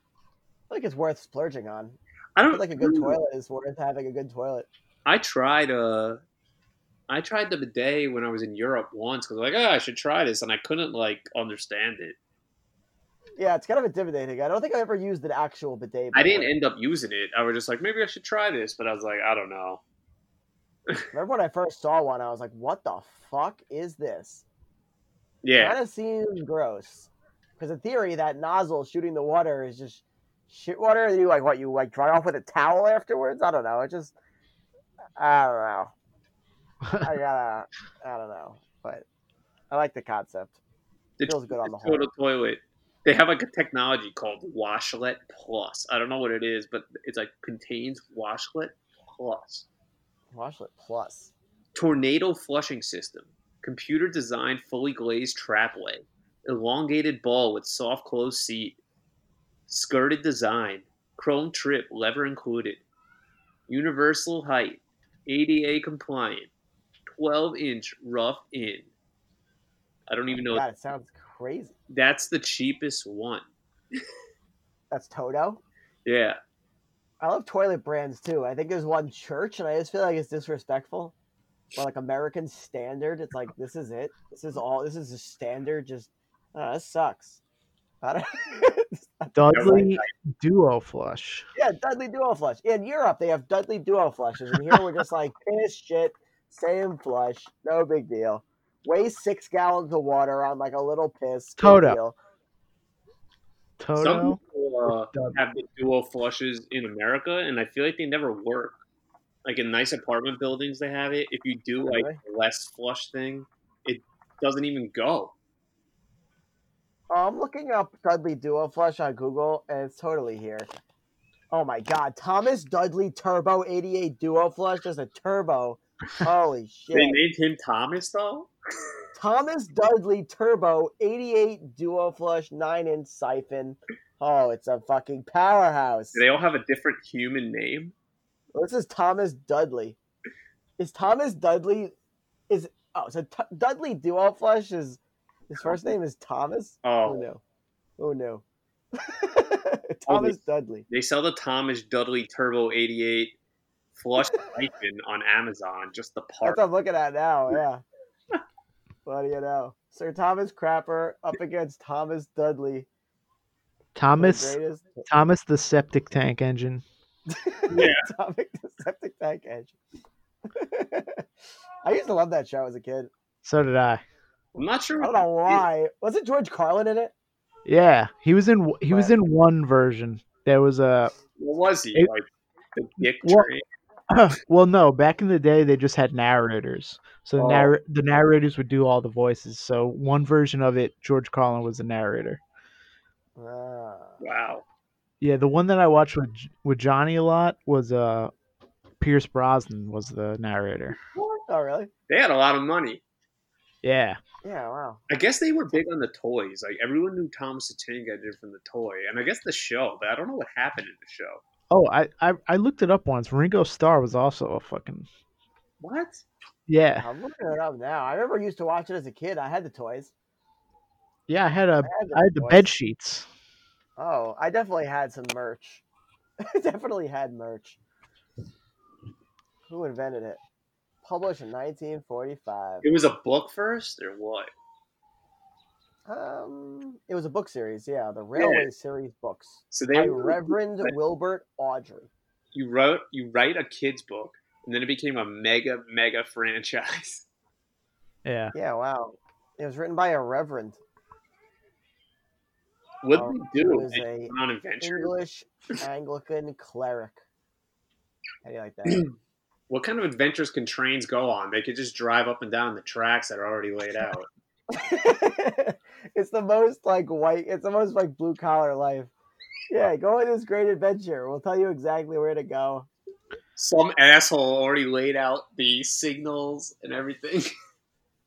C: I think it's worth splurging on.
B: I
C: I
B: don't
C: feel like a good toilet is worth having a good toilet.
B: I tried uh I tried the bidet when I was in Europe once because like oh I should try this and I couldn't like understand it.
C: Yeah, it's kind of intimidating. I don't think I ever used an actual bidet.
B: I didn't
C: before.
B: end up using it. I was just like maybe I should try this, but I was like I don't know. e-
C: Remember when I first saw one? I was like, "What the fuck is this?"
B: Yeah,
C: Kind of seems gross. Because in theory, that nozzle shooting the water is just shit water. You like what you like dry off with a towel afterwards? I don't know. It just I don't know.
B: [laughs]
C: I gotta I don't know, but I like the concept.
B: It
C: Feels good on the
B: Go
C: whole.
B: to toilet. They have like a technology called Washlet Plus. I don't know what it is, but it's like contains Washlet Plus.
C: Washlet Plus.
B: Tornado flushing system. Computer designed fully glazed trapway. Elongated ball with soft closed seat. Skirted design. Chrome trip, lever included. Universal height. ADA compliant. 12 inch rough in. I don't even know.
C: God, it sounds crazy.
B: That's the cheapest one.
C: That's Toto.
B: Yeah.
C: I love toilet brands too. I think there's one church, and I just feel like it's disrespectful. But like American standard, it's like this is it. This is all. This is the standard. Just uh, this sucks. I don't, [laughs]
D: Dudley Duo Flush.
C: yeah, Dudley Duo Flush. In Europe, they have Dudley Duo Flushes, and here we're just like [laughs] finish shit, same flush, no big deal. Waste six gallons of water on like a little piss. big
D: Toto.
C: deal.
B: Some
D: Toto.
B: people uh,
D: Dudley.
B: have the dual flushes in America, and I feel like they never work. Like in nice apartment buildings, they have it. If you do like
C: Really?
B: less flush thing, it doesn't even go.
C: Oh, I'm looking up Dudley Duo Flush on Google, and it's totally here. Oh my God, Thomas Dudley Turbo 88 Duo Flush. There's a turbo. Holy
B: They
C: shit.
B: named him Thomas though.
C: Thomas Dudley Turbo 88 Duo Flush 9 inch siphon. Oh, it's a fucking powerhouse.
B: Do they all have a different human name?
C: Well, This is Thomas Dudley. Is Thomas Dudley? Is oh so t- Dudley Dual Flush is his first name is Thomas.
B: Oh,
C: Who knew? Who knew? [laughs] Thomas Dudley.
B: they sell the Thomas Dudley Turbo 88
D: [laughs]
B: flush hyphen on Amazon. Just the
C: That's
B: part.
C: what I'm looking at now. Yeah. [laughs] what do you know? Sir Thomas Crapper up against Thomas Dudley. the
D: Thomas
C: greatest
D: Thomas the Septic Tank Engine.
B: [laughs]
C: [laughs]
B: Yeah.
C: atomic septic tank engine. [laughs] I used to love that show as a kid.
D: So did I.
B: I'm not sure.
C: I don't know why. Was it George Carlin in it?
D: Yeah, he was in he was
C: Right.
D: in one version. There was a
B: What was he
D: It-
B: like? The dick
D: Well-
B: train.
D: [laughs] well, no, back in the day they just had narrators. So the,
C: Oh.
D: narr- the narrators would do all the voices. So one version of it, George Carlin was the narrator.
C: Ah.
B: Wow.
D: Yeah, the one that I watched with with Johnny a lot was uh Pierce Brosnan was the narrator.
C: Oh, really?
B: They had a lot of money.
D: Yeah.
C: Yeah, wow.
B: I guess they were big on the toys. Like everyone knew Thomas the Tank Engine from the toy, and I guess the show. But I don't know what happened in the show.
D: Oh, I I, I looked it up once. Ringo Starr was also a fucking
B: What?
D: yeah
C: I'm looking it up now. I remember I used to watch it as a kid. I had the toys.
D: yeah. I had a
C: I had the,
D: I had the
C: toys.
D: bed sheets.
C: Oh, I definitely had some merch. [laughs] I definitely had merch. Who invented it? Published in 1945.
B: It was a book first, or what?
C: Um, it was a book series, yeah, the Railway Series books
B: So
C: by
B: they
C: Reverend
B: but-
C: Wilbert Audrey.
B: you wrote you write a kids book, and then it became a mega mega [laughs] franchise.
D: Yeah.
C: Yeah, wow. It was written by a reverend.
B: What
C: Um,
B: did they
C: It
B: do?
C: was
B: They
C: a
B: went on adventures.
C: English Anglican cleric. How do you
B: [clears throat]
C: like that?
B: What kind of adventures can trains go on? They could just drive up and down the tracks that are already laid out.
C: [laughs] it's the most like white. It's the most like blue collar life. Yeah, go on this great adventure. We'll tell you exactly where to go.
B: Some asshole already laid out the signals and everything. [laughs]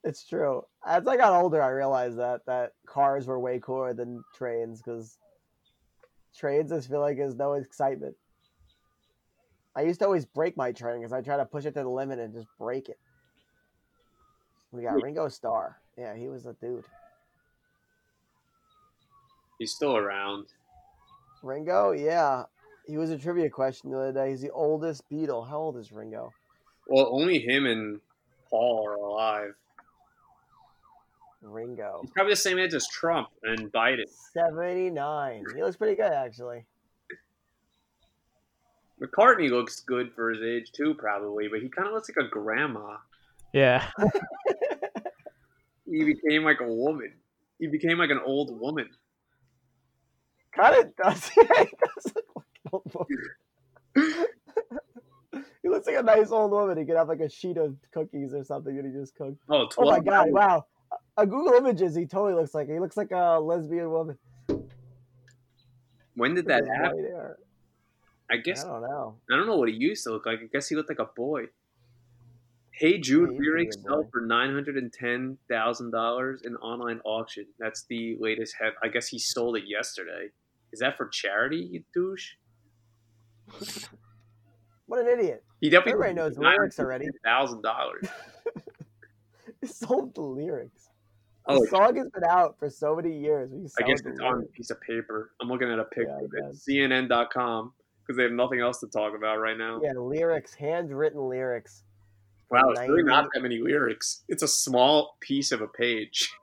C: It's true. As I got older, I realized that that cars were way cooler than trains because trains just feel like there's no excitement. I used to always break my train because I try to push it to the limit and just break it. We got
B: Wait.
C: Ringo Starr. Yeah, he was a dude.
B: He's still around.
C: Ringo, yeah. He was a trivia question the other day. He's the oldest Beatle. How old is Ringo?
B: Well, only him and Paul are alive.
C: Ringo.
B: He's probably the same age as Trump and Biden.
C: 79. He looks pretty good, actually.
B: McCartney looks good for his age too, probably, but he kind of looks like a grandma.
C: [laughs]
D: Yeah.
B: He became like a woman. He became like an old woman.
C: Kind of [laughs] does. yeah, he does look like an old woman. [laughs] he looks like a nice old woman. He could have like a sheet of cookies or something that he just cooked.
B: Oh, 12
C: Oh my god! Wow. A Google Images, he totally looks like he looks like a lesbian woman.
B: When did
C: Look
B: that
C: at his
B: happen?
C: white hair.
B: I
C: I
B: guess
C: don't know.
B: I don't know what he used to look like. I guess he looked like a boy. Hey Jude
C: Yeah, he was a
B: rearing
C: weird
B: sell
C: boy.
B: for nine hundred and ten thousand dollars in online auction. That's the latest head. I guess he sold it yesterday. Is that for charity, you douche?
C: What an idiot!
B: He definitely
C: Everybody knows the lyrics already.
B: Thousand dollars.
C: He sold the lyrics.
B: Oh,
C: the song has been out for so many years. We
B: I
C: sold
B: guess
C: the
B: it's on a
C: lyrics.
B: piece of paper. I'm looking at a picture
C: I
B: of it.
C: guess.
B: CNN.com because they have nothing else to talk about right now.
C: Yeah, lyrics, handwritten lyrics.
B: wow, it's really
C: 90
B: not that many lyrics. It's a small piece of a page. [laughs]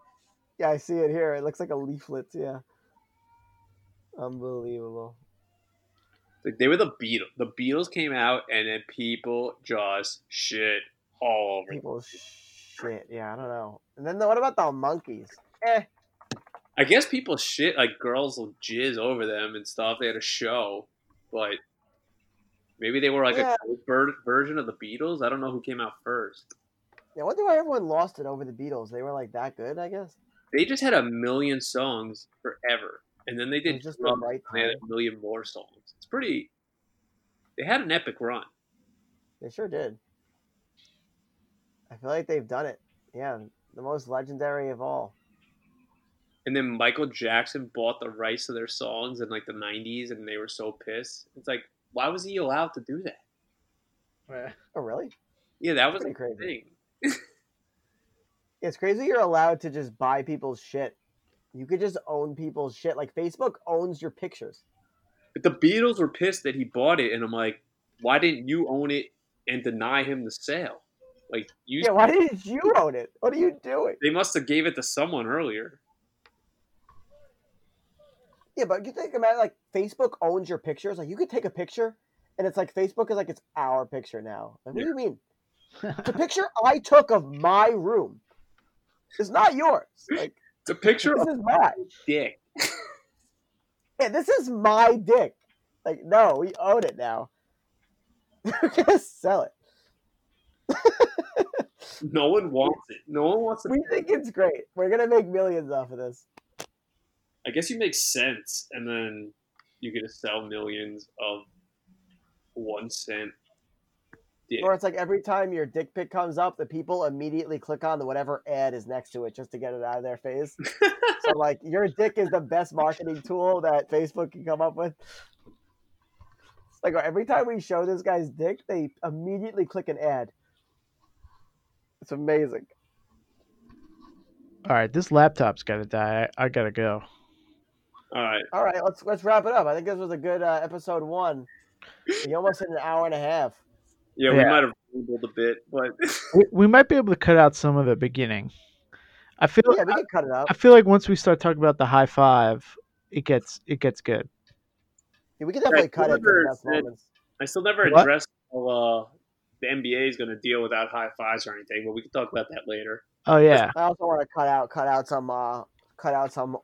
C: Yeah, I see it here. It looks like a leaflet. Yeah, unbelievable.
B: Like, they were the Beatles. The Beatles came out, and then people just shit all over.
C: People, shit. Yeah, I don't know. And then the, what about the monkeys? Eh,
B: I guess people shit like girls will jizz over them and stuff. They had a show, but maybe they were like
C: Yeah.
B: a cover ver- version of the Beatles. I don't know who came out first.
C: I wonder why everyone lost it over the Beatles. They were like that good, I guess.
B: They just had a million songs forever, and then they
C: It
B: did
C: was just the
B: drums,
C: right
B: and they had
C: time.
B: a million more songs. It's pretty. They had an epic run.
C: They sure did. I feel like they've done it. Yeah, the most legendary of all.
B: And then Michael Jackson bought the rights to their songs in like the '90s, and they were so pissed. It's like, why was he allowed to do that?
C: Oh, really?
B: Yeah, that was
C: Pretty
B: the
C: crazy.
B: thing.
C: It's crazy you're allowed to just buy people's shit. You could just own people's shit. Like Facebook owns your pictures.
B: But the Beatles were pissed that he bought it, and I'm like, why didn't you own it and deny him the sale? Like you,
C: Yeah, why didn't you own it? What are you doing?
B: they must have gave it to someone earlier.
C: Yeah, but you think about it, like Facebook owns your pictures. Like you could take a picture, and it's like Facebook is like it's our picture now. Like, what do you mean? The picture I took of my room is not yours. Like
B: It's a picture
C: [laughs] this
B: of
C: is mine.
B: dick.
C: Yeah, this is my dick. Like no, we own it now. [laughs] We're gonna sell it.
B: No one wants it. No one wants it.
C: We think it's great. We're gonna make millions off of this.
B: I guess you make sense, and then you get to sell millions of one cent. dick.
C: Or it's like every time your dick pic comes up, the people immediately click on the whatever ad is next to it just to get it out of their face.
D: [laughs]
C: so like your dick is the best marketing tool that Facebook can come up with. It's Like every time we show this guy's dick, they immediately click an ad. It's amazing.
D: All right, this laptop's gotta die. I, I gotta go.
B: All right,
C: All right, let's let's wrap it up. I think this was a good uh, episode one. We almost hit an hour and a half.
B: yeah, we
D: Yeah.
B: might have rambled a bit, but [laughs]
D: We, we might be able to cut out some of the beginning. I feel
C: Yeah, we can cut it up.
D: I feel like once we start talking about the high five, it gets it gets good.
C: Yeah, we can definitely cut it to the best
B: Whoever said-
C: moments.
B: I still never
D: What?
B: addressed how uh, the NBA is going to deal without high fives or anything. But we can talk about that later.
D: Oh yeah,
C: I also want to cut out cut out some uh cut out some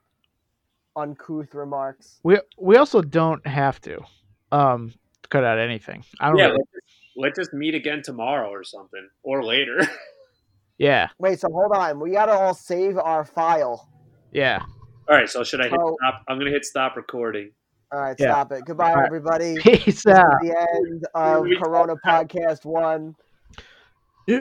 C: uncouth remarks.
D: we we also don't have to um cut out anything. I don't
B: Yeah,
D: really,
B: let's just, let's just meet again tomorrow or something, or later. [laughs]
D: yeah
C: Wait, so hold on. We gotta all save our file.
D: yeah. [laughs]
B: All right, so should I hit
C: Oh.
B: stop? I'm gonna hit stop recording.
C: All right,
D: Yeah.
C: stop it. Goodbye,
D: All right.
C: everybody.
D: Peace
C: This is
D: out.
C: the end of
B: We-
C: Corona Podcast One.
D: Yeah.